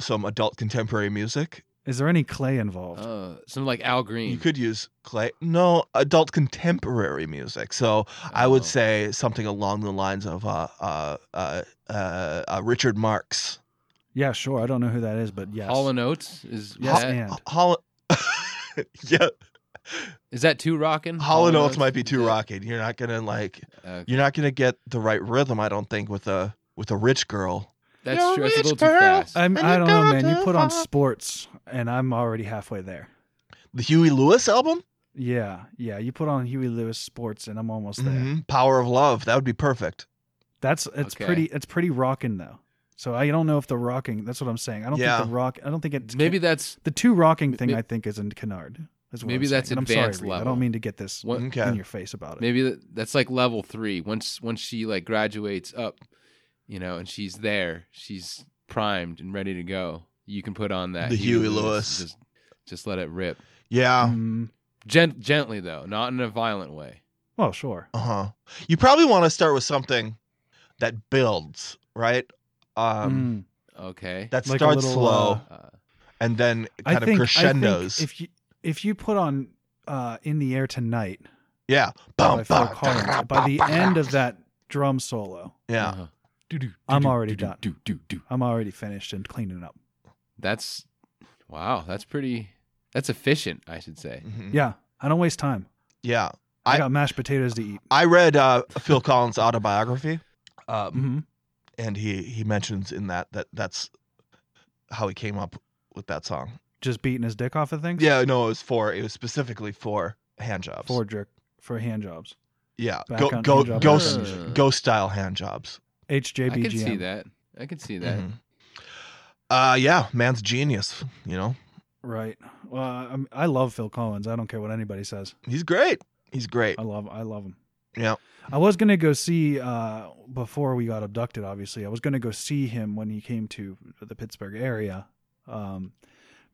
Speaker 6: some adult contemporary music.
Speaker 2: Is there any clay involved?
Speaker 7: uh, some like al green
Speaker 6: You could use clay. No, adult contemporary music. So I would
Speaker 7: Oh.
Speaker 6: say something along the lines of uh uh uh, uh, uh Richard Marx.
Speaker 2: yeah, sure. I don't know who that is, but yes.
Speaker 7: Hall and Oates is
Speaker 2: yes,
Speaker 7: is that,
Speaker 2: and
Speaker 6: Holland. yeah,
Speaker 7: is that too rocking?
Speaker 6: Holland Oates might be too
Speaker 7: Is that-
Speaker 6: rocking. You're not gonna like.
Speaker 7: Okay.
Speaker 6: You're not gonna get the right rhythm. I don't think with a with a rich girl.
Speaker 7: That's
Speaker 6: You're
Speaker 7: true. That's a
Speaker 6: rich
Speaker 7: little too
Speaker 6: girl.
Speaker 7: fast.
Speaker 2: I'm,
Speaker 6: And
Speaker 2: I
Speaker 6: you
Speaker 2: don't know,
Speaker 6: gotta
Speaker 2: man. You
Speaker 6: do
Speaker 2: put on
Speaker 6: that.
Speaker 2: sports, and I'm already halfway there.
Speaker 6: The Huey Lewis album,
Speaker 2: Yeah, yeah. You put on Huey Lewis sports, and I'm almost there.
Speaker 6: Mhm. Power of Love. That would be perfect.
Speaker 2: That's it's
Speaker 7: Okay.
Speaker 2: pretty it's pretty rocking though. So I don't know if the rocking. That's what I'm saying. I don't
Speaker 6: Yeah.
Speaker 2: think the rock. I don't think it's
Speaker 7: maybe that's
Speaker 2: the two rocking thing.
Speaker 7: may-
Speaker 2: I think is in Kennard. Is what
Speaker 7: maybe
Speaker 2: I'm
Speaker 7: that's
Speaker 2: saying. And
Speaker 7: advanced
Speaker 2: I'm sorry, Reed, I
Speaker 7: level.
Speaker 2: don't mean to get this
Speaker 7: What-
Speaker 6: Okay.
Speaker 2: in your face about it.
Speaker 7: maybe that- that's like level three. Once once she like graduates up, you know, and she's there, she's primed and ready to go. You can put on that
Speaker 6: The Huey Lewis.
Speaker 7: and Just, just let it rip.
Speaker 6: Yeah.
Speaker 2: Mm,
Speaker 7: Gent- gently though, not in a violent way.
Speaker 2: well, sure.
Speaker 6: Uh huh. You probably want to start with something that builds, right? Um,
Speaker 2: Mm,
Speaker 7: Okay.
Speaker 6: that
Speaker 2: like a
Speaker 6: starts
Speaker 2: little,
Speaker 6: slow
Speaker 2: uh,
Speaker 7: Uh,
Speaker 6: and then
Speaker 2: I
Speaker 6: kind
Speaker 2: think-
Speaker 6: of
Speaker 2: I think
Speaker 6: crescendos.
Speaker 2: if you if you put on uh, in the air tonight
Speaker 6: yeah.
Speaker 2: by Phil Oh, Collins, by the end of that drum solo,
Speaker 6: Yeah.
Speaker 7: uh-huh.
Speaker 2: I'm already done.
Speaker 7: Do, do, do.
Speaker 2: I'm already finished and cleaning up.
Speaker 7: That's wow. That's pretty. That's efficient, I should say.
Speaker 6: Mhm.
Speaker 2: Yeah, I don't waste time.
Speaker 6: Yeah.
Speaker 2: I,
Speaker 6: I-
Speaker 2: got mashed potatoes to eat.
Speaker 6: I read uh, Phil Collins' autobiography. Um,
Speaker 2: hmm
Speaker 6: and he he mentions in that that that's how he came up with that song.
Speaker 2: Just beating his dick off of things.
Speaker 6: Yeah, no, it was for it was specifically for hand jobs.
Speaker 2: for jerk for hand jobs.
Speaker 6: yeah,
Speaker 2: back
Speaker 6: go
Speaker 2: on
Speaker 6: go
Speaker 2: handjob
Speaker 6: ghost
Speaker 7: version.
Speaker 6: ghost style hand jobs.
Speaker 2: HJBGM.
Speaker 7: I can see that. I can see that.
Speaker 6: Mhm. Uh, yeah, man's genius. You know,
Speaker 2: Right. Well, I, I'm- I love Phil Collins. I don't care what anybody says.
Speaker 6: he's great. He's great.
Speaker 2: I love. I love him.
Speaker 6: Yeah.
Speaker 2: I was gonna go see uh, before we got abducted. Obviously, I was gonna go see him when he came to the Pittsburgh area, um,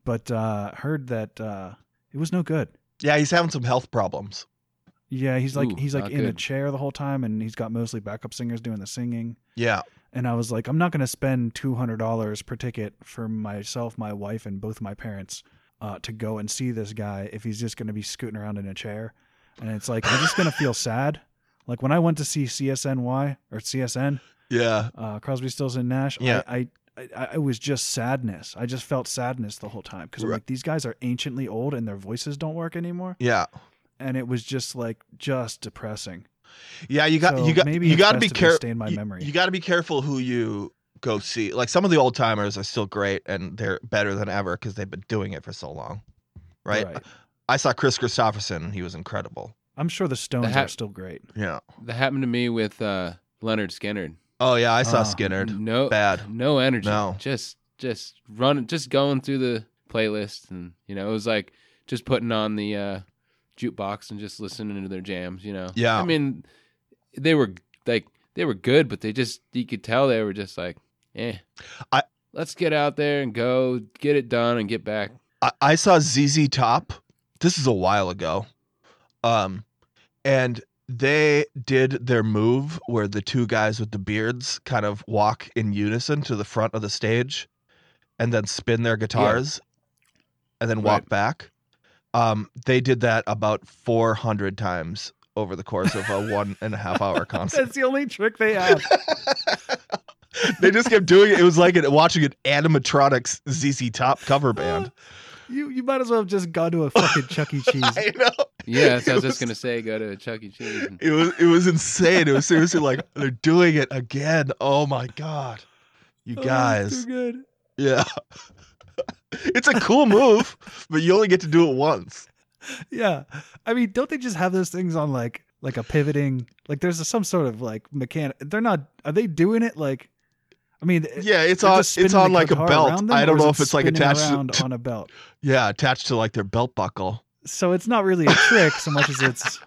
Speaker 2: but uh, heard that uh, it was no good.
Speaker 6: Yeah, he's having some health problems.
Speaker 2: Yeah, he's like
Speaker 7: Ooh,
Speaker 2: he's like
Speaker 7: not
Speaker 2: in a
Speaker 7: good.
Speaker 2: chair the whole time, and he's got mostly backup singers doing the singing.
Speaker 6: Yeah,
Speaker 2: And I was like, I'm not gonna spend two hundred dollars per ticket for myself, my wife, and both my parents uh, to go and see this guy if he's just gonna be scooting around in a chair. And it's like I'm just gonna feel sad. Like when I went to see CSNY or CSN,
Speaker 6: yeah,
Speaker 2: uh, Crosby, Stills, and Nash.
Speaker 6: Yeah.
Speaker 2: I, I, I, I was just sadness. I just felt sadness the whole time because I'm
Speaker 6: Right.
Speaker 2: like, these guys are anciently old and their voices don't work anymore,
Speaker 6: yeah.
Speaker 2: and it was just like just depressing.
Speaker 6: Yeah, you got
Speaker 2: So
Speaker 6: you got
Speaker 2: maybe
Speaker 6: you
Speaker 2: it's
Speaker 6: got to
Speaker 2: best
Speaker 6: be
Speaker 2: if they
Speaker 6: careful.
Speaker 2: stay in my memory.
Speaker 6: You, got to be careful who you go see. Like some of the old timers are still great and they're better than ever because they've been doing it for so long, right? I saw Chris Christopherson. and He was incredible.
Speaker 2: I'm sure the Stones
Speaker 7: ha-
Speaker 2: are still great.
Speaker 6: Yeah.
Speaker 7: That happened to me with uh, Leonard Skinner.
Speaker 6: Oh yeah, I saw
Speaker 2: Ah.
Speaker 6: Skinner.
Speaker 7: No,
Speaker 6: Bad.
Speaker 7: no energy.
Speaker 6: No.
Speaker 7: Just just running, just going through the playlist, and you know, it was like just putting on the uh, jukebox and just listening to their jams. You know,
Speaker 6: Yeah.
Speaker 7: I mean, they were like they were good, but they just you could tell they were just like, eh.
Speaker 6: I-
Speaker 7: Let's get out there and go get it done and get back.
Speaker 6: I, I saw ZZ Top. This is a while ago. Um, and they did their move where the two guys with the beards kind of walk in unison to the front of the stage and then spin their guitars and then walk
Speaker 7: Right.
Speaker 6: back. Um, they did that about 400 times over the course of a one and a half hour concert.
Speaker 2: That's the only trick they have.
Speaker 6: they just kept doing it. It was like an, watching an animatronics ZZ Top cover band.
Speaker 2: you you might as well have just gone to a fucking Chuck E. Cheese.
Speaker 6: I know.
Speaker 7: Yeah, so I was
Speaker 6: It
Speaker 7: just gonna say, go to Chuck E. Cheese. And,
Speaker 6: It was it was insane. It was seriously like they're doing it again. Oh my god, you
Speaker 2: Oh, that's
Speaker 6: guys!
Speaker 2: too good.
Speaker 6: Yeah, it's a cool move, but you only get to do it once.
Speaker 2: Yeah. I mean, don't they just have those things on like like a pivoting like there's some sort of like mechanic they're not are they doing it like I mean it-
Speaker 6: Yeah, it's
Speaker 2: Eh, they're
Speaker 6: on
Speaker 2: just spinning
Speaker 6: it's on
Speaker 2: the
Speaker 6: like a
Speaker 2: guitar
Speaker 6: belt.
Speaker 2: around them,
Speaker 6: I
Speaker 2: or
Speaker 6: don't
Speaker 2: is
Speaker 6: know
Speaker 2: it
Speaker 6: if it's like
Speaker 2: spinning
Speaker 6: attached.
Speaker 2: around
Speaker 6: To,
Speaker 2: on a belt.
Speaker 6: yeah, attached to like their belt buckle.
Speaker 2: So it's not really a trick so much as it's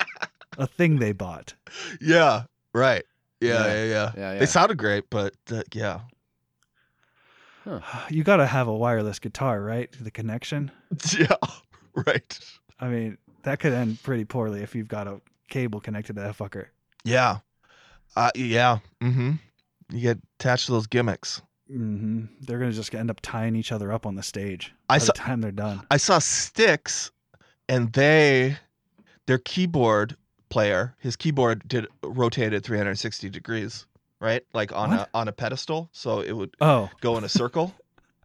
Speaker 2: a thing they bought.
Speaker 6: Yeah, right. Yeah,
Speaker 7: Yeah.
Speaker 6: yeah, yeah.
Speaker 7: yeah, yeah.
Speaker 6: They sounded great, but uh, yeah,
Speaker 2: You got to have a wireless guitar, right? The connection.
Speaker 6: yeah, right.
Speaker 2: I mean, that could end pretty poorly if you've got a cable connected to that fucker.
Speaker 6: Yeah, uh, yeah. Mm-hmm. You get attached to those gimmicks.
Speaker 7: Mm-hmm.
Speaker 2: hmm They're gonna just end up tying each other up on the stage
Speaker 6: I
Speaker 2: by
Speaker 6: saw-
Speaker 2: the time they're done.
Speaker 6: I saw Sticks, and they, their keyboard player, his keyboard did rotated 360 degrees, right? Like on
Speaker 2: What?
Speaker 6: a on a pedestal, so it would
Speaker 2: Oh,
Speaker 6: go in a circle,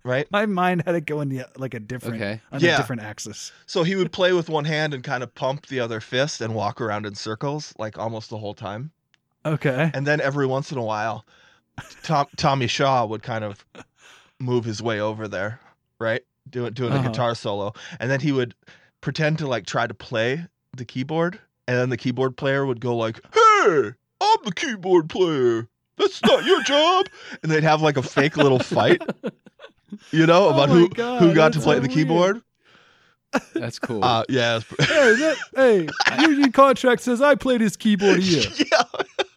Speaker 6: right?
Speaker 2: my mind had it going the, like a different
Speaker 7: Okay.
Speaker 2: on
Speaker 6: Yeah.
Speaker 2: a different axis.
Speaker 6: So he would play with one hand and kind of pump the other fist and walk around in circles, like almost the whole time.
Speaker 2: Okay.
Speaker 6: And then every once in a while, Tom, Tommy Shaw would kind of move his way over there, right? Doing doing
Speaker 2: Uh-huh.
Speaker 6: a guitar solo, and then he would pretend to like try to play the keyboard, and then the keyboard player would go like, "Hey, I'm the keyboard player. That's not your job." And they'd have like a fake little fight, you know,
Speaker 2: Oh
Speaker 6: about
Speaker 2: my
Speaker 6: who
Speaker 2: God,
Speaker 6: who got to
Speaker 2: that's
Speaker 6: play
Speaker 2: so
Speaker 6: the
Speaker 2: weird.
Speaker 6: keyboard.
Speaker 7: That's cool.
Speaker 6: Uh, yeah, it's pr-
Speaker 2: Hey, that, hey, union contract says I played his keyboard here.
Speaker 6: yeah,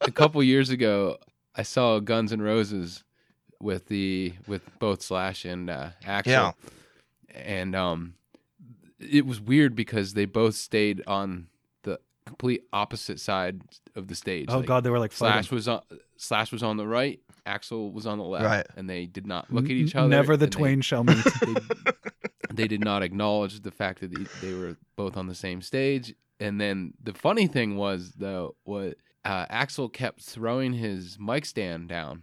Speaker 7: a couple years ago, I saw Guns N' Roses with the with both Slash and uh, Axel,
Speaker 6: Yeah.
Speaker 7: and um, it was weird because they both stayed on the complete opposite side of the stage.
Speaker 2: Oh
Speaker 7: Like,
Speaker 2: God, they were like
Speaker 7: Slash
Speaker 2: fighting.
Speaker 7: was on Slash was on the right, Axel was on the left,
Speaker 6: Right.
Speaker 7: and they did not look at each
Speaker 2: N-
Speaker 7: other.
Speaker 2: Never the
Speaker 7: and they-
Speaker 2: twain shall meet.
Speaker 7: they, they did not acknowledge the fact that they- they were both on the same stage. And then the funny thing was, though, what uh, Axel kept throwing his mic stand down,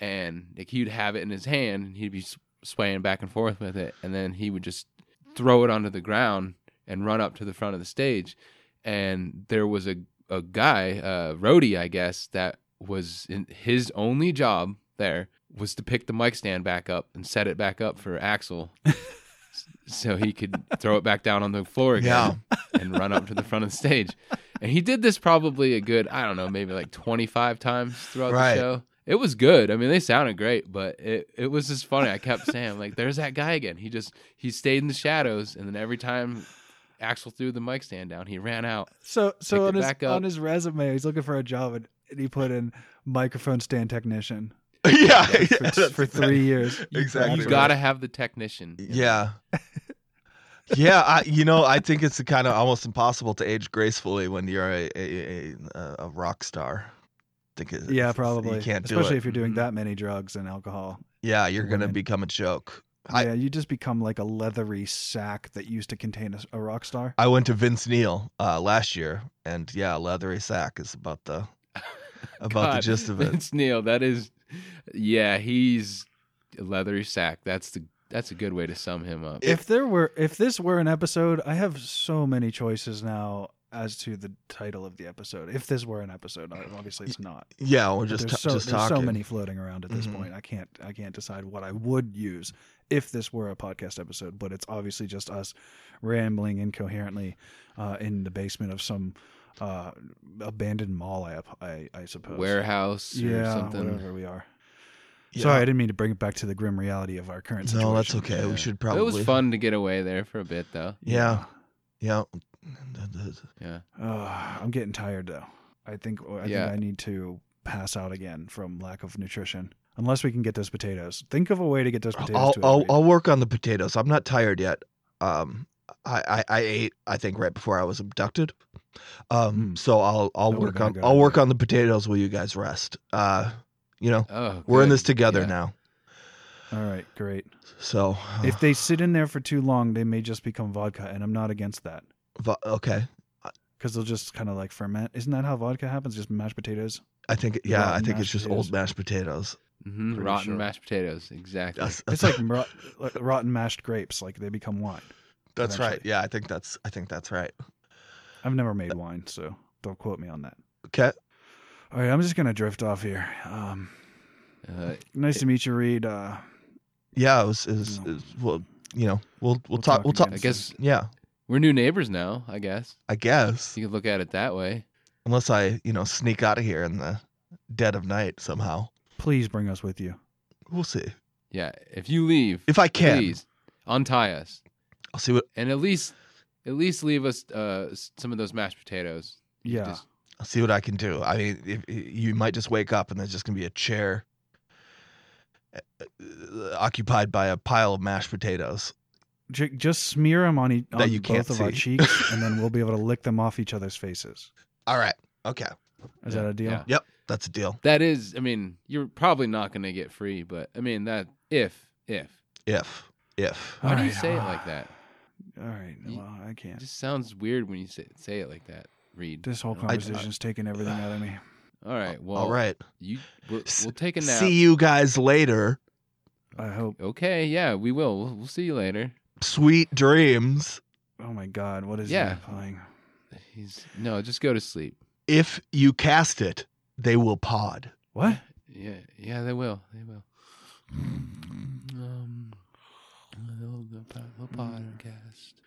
Speaker 7: and like he'd have it in his hand, and he'd be s- swaying back and forth with it, and then he would just throw it onto the ground and run up to the front of the stage. And there was a a guy, uh, Rhodey, I guess, that was in his only job there was to pick the mic stand back up and set it back up for Axel, s- so he could throw it back down on the floor again and run up to the front of the stage. And he did this probably a good, I don't know, maybe like 25 times throughout
Speaker 6: Right.
Speaker 7: the show. It was good. I mean, they sounded great, but it, it was just funny. I kept saying, like, there's that guy again. He just, he stayed in the shadows. And then every time Axel threw the mic stand down, he ran out.
Speaker 2: So,
Speaker 7: Picked
Speaker 2: so
Speaker 7: it
Speaker 2: on his
Speaker 7: back up.
Speaker 2: on his resume, he's looking for a job, and, and he put in microphone stand technician
Speaker 6: yeah,
Speaker 2: for,
Speaker 6: yeah, that's
Speaker 2: for
Speaker 6: exact-
Speaker 2: three years.
Speaker 6: Exactly.
Speaker 7: You
Speaker 6: right.
Speaker 7: got to have the technician.
Speaker 6: Yeah. yeah, I, you know, I think it's kind of almost impossible to age gracefully when you're a a, a, a rock star. I think it,
Speaker 2: Yeah,
Speaker 6: it's-
Speaker 2: probably.
Speaker 6: You can't do
Speaker 2: Especially
Speaker 6: it.
Speaker 2: if you're doing
Speaker 7: Mhm.
Speaker 2: that many drugs and alcohol.
Speaker 6: Yeah, you're gonna
Speaker 2: women.
Speaker 6: become a joke. I-
Speaker 2: yeah, you just become like a leathery sack that used to contain a, a rock star.
Speaker 6: I went to Vince Neil uh, last year, and yeah, leathery sack is about the about the
Speaker 7: God,
Speaker 6: gist of it.
Speaker 7: Vince Neil, that is, yeah, he's a leathery sack. That's the that's a good way to sum him up.
Speaker 2: if there were, if this were an episode, I have so many choices now as to the title of the episode. If this were an episode, I- obviously it's not.
Speaker 6: Yeah, we're
Speaker 2: But
Speaker 6: just
Speaker 2: there's
Speaker 6: ta-
Speaker 2: so,
Speaker 6: just
Speaker 2: there's
Speaker 6: talking.
Speaker 2: so many floating around at this
Speaker 6: Mhm.
Speaker 2: point. I can't I can't decide what I would use if this were a podcast episode. But it's obviously just us rambling incoherently uh, in the basement of some uh, abandoned mall. I I, I suppose
Speaker 7: warehouse
Speaker 2: yeah,
Speaker 7: or something.
Speaker 2: whatever we are.
Speaker 6: Yeah.
Speaker 2: Sorry, I didn't mean to bring it back to the grim reality of our current situation.
Speaker 6: No, that's okay.
Speaker 7: Yeah.
Speaker 6: We should probably.
Speaker 7: It was fun to get away there for a bit though.
Speaker 6: Yeah. Yeah.
Speaker 7: Yeah.
Speaker 2: Ugh, I'm getting tired though. I think I
Speaker 7: Yeah.
Speaker 2: think I need to pass out again from lack of nutrition. Unless we can get those potatoes. Think of a way to get those potatoes.
Speaker 6: I'll,
Speaker 2: to us,
Speaker 6: I'll,
Speaker 2: Reed.
Speaker 6: I'll work on the potatoes. I'm not tired yet. Um, I, I, I ate I think right before I was abducted. Um,
Speaker 2: Mm.
Speaker 6: so I'll I'll
Speaker 2: That would've
Speaker 6: work
Speaker 2: been a
Speaker 6: on
Speaker 2: good
Speaker 6: I'll work
Speaker 2: idea.
Speaker 6: on the potatoes while you guys rest. Uh, you know
Speaker 7: Oh,
Speaker 6: we're in
Speaker 7: good.
Speaker 6: this together
Speaker 7: Yeah.
Speaker 6: now.
Speaker 2: All right, great.
Speaker 6: So uh,
Speaker 2: If they sit in there for too long, they may just become vodka, and I'm not against that
Speaker 6: vo- okay,
Speaker 2: because they'll just kind of like ferment. Isn't that how vodka happens? Just mashed potatoes.
Speaker 6: I think yeah I
Speaker 2: Rotten
Speaker 6: think it's
Speaker 2: mashed
Speaker 6: just
Speaker 2: potatoes.
Speaker 6: old mashed potatoes.
Speaker 7: Mhm,
Speaker 6: Pretty
Speaker 7: rotten
Speaker 6: sure.
Speaker 7: mashed potatoes. Exactly.
Speaker 6: That's,
Speaker 2: It's like rot, like rotten mashed grapes. Like they become wine.
Speaker 6: that's right.
Speaker 2: eventually.
Speaker 6: Yeah, I think that's I think that's right.
Speaker 2: I've never made wine, so don't quote me on that.
Speaker 6: Okay.
Speaker 2: All right, I'm just gonna drift off here. Um,
Speaker 7: Uh,
Speaker 2: nice to meet you, Reed. Uh,
Speaker 6: Yeah, it was, it was,
Speaker 2: No.
Speaker 6: it was- well you know we'll we'll,
Speaker 2: We'll
Speaker 6: talk,
Speaker 2: talk
Speaker 6: we'll talk
Speaker 7: I
Speaker 2: again.
Speaker 7: guess
Speaker 6: yeah
Speaker 7: we're new neighbors now. I guess
Speaker 6: I guess
Speaker 7: you could look at it that way.
Speaker 6: unless I, you know, sneak out of here in the dead of night somehow.
Speaker 2: please bring us with you.
Speaker 6: We'll see
Speaker 7: Yeah. If you leave,
Speaker 6: if I can.
Speaker 7: please untie us
Speaker 6: I'll see what
Speaker 7: and at least at least leave us uh, s- some of those mashed potatoes. You
Speaker 2: Yeah.
Speaker 7: just-
Speaker 6: I'll see what I can do. I mean, if, you might just wake up and there's just gonna be a chair uh, uh, occupied by a pile of mashed potatoes.
Speaker 2: J- just smear them on, e-
Speaker 6: That
Speaker 2: on
Speaker 6: you
Speaker 2: both
Speaker 6: can't
Speaker 2: of our
Speaker 6: see.
Speaker 2: cheeks, and then we'll be able to lick them off each other's faces.
Speaker 6: All right. Okay.
Speaker 2: Is
Speaker 7: Yeah,
Speaker 2: that a deal?
Speaker 7: yeah.
Speaker 6: Yep. That's a deal.
Speaker 7: that is. I mean, you're probably not going to get free, but I mean that if if
Speaker 6: If if
Speaker 7: why do you
Speaker 2: Alright,
Speaker 7: say it
Speaker 2: uh,
Speaker 7: like that?
Speaker 2: All right.
Speaker 7: You-
Speaker 2: Well, I can't.
Speaker 7: It just sounds weird when you say, say it like that. Reed.
Speaker 2: This whole
Speaker 7: I- I-
Speaker 2: conversation's taking everything out of me.
Speaker 7: All right. Well.
Speaker 6: all right.
Speaker 7: You. We'll,
Speaker 6: S-
Speaker 7: we'll take a nap.
Speaker 6: See you guys later.
Speaker 2: I hope.
Speaker 7: Okay. Yeah. We will. We'll, we'll see you later.
Speaker 6: Sweet dreams.
Speaker 2: Oh my God, what is
Speaker 7: Yeah.
Speaker 2: that playing?
Speaker 7: He's no. Just go to sleep.
Speaker 6: If you cast it, they will pod.
Speaker 2: What?
Speaker 7: Yeah, yeah, they will. They will. Um, they'll, they'll, pod- they'll podcast.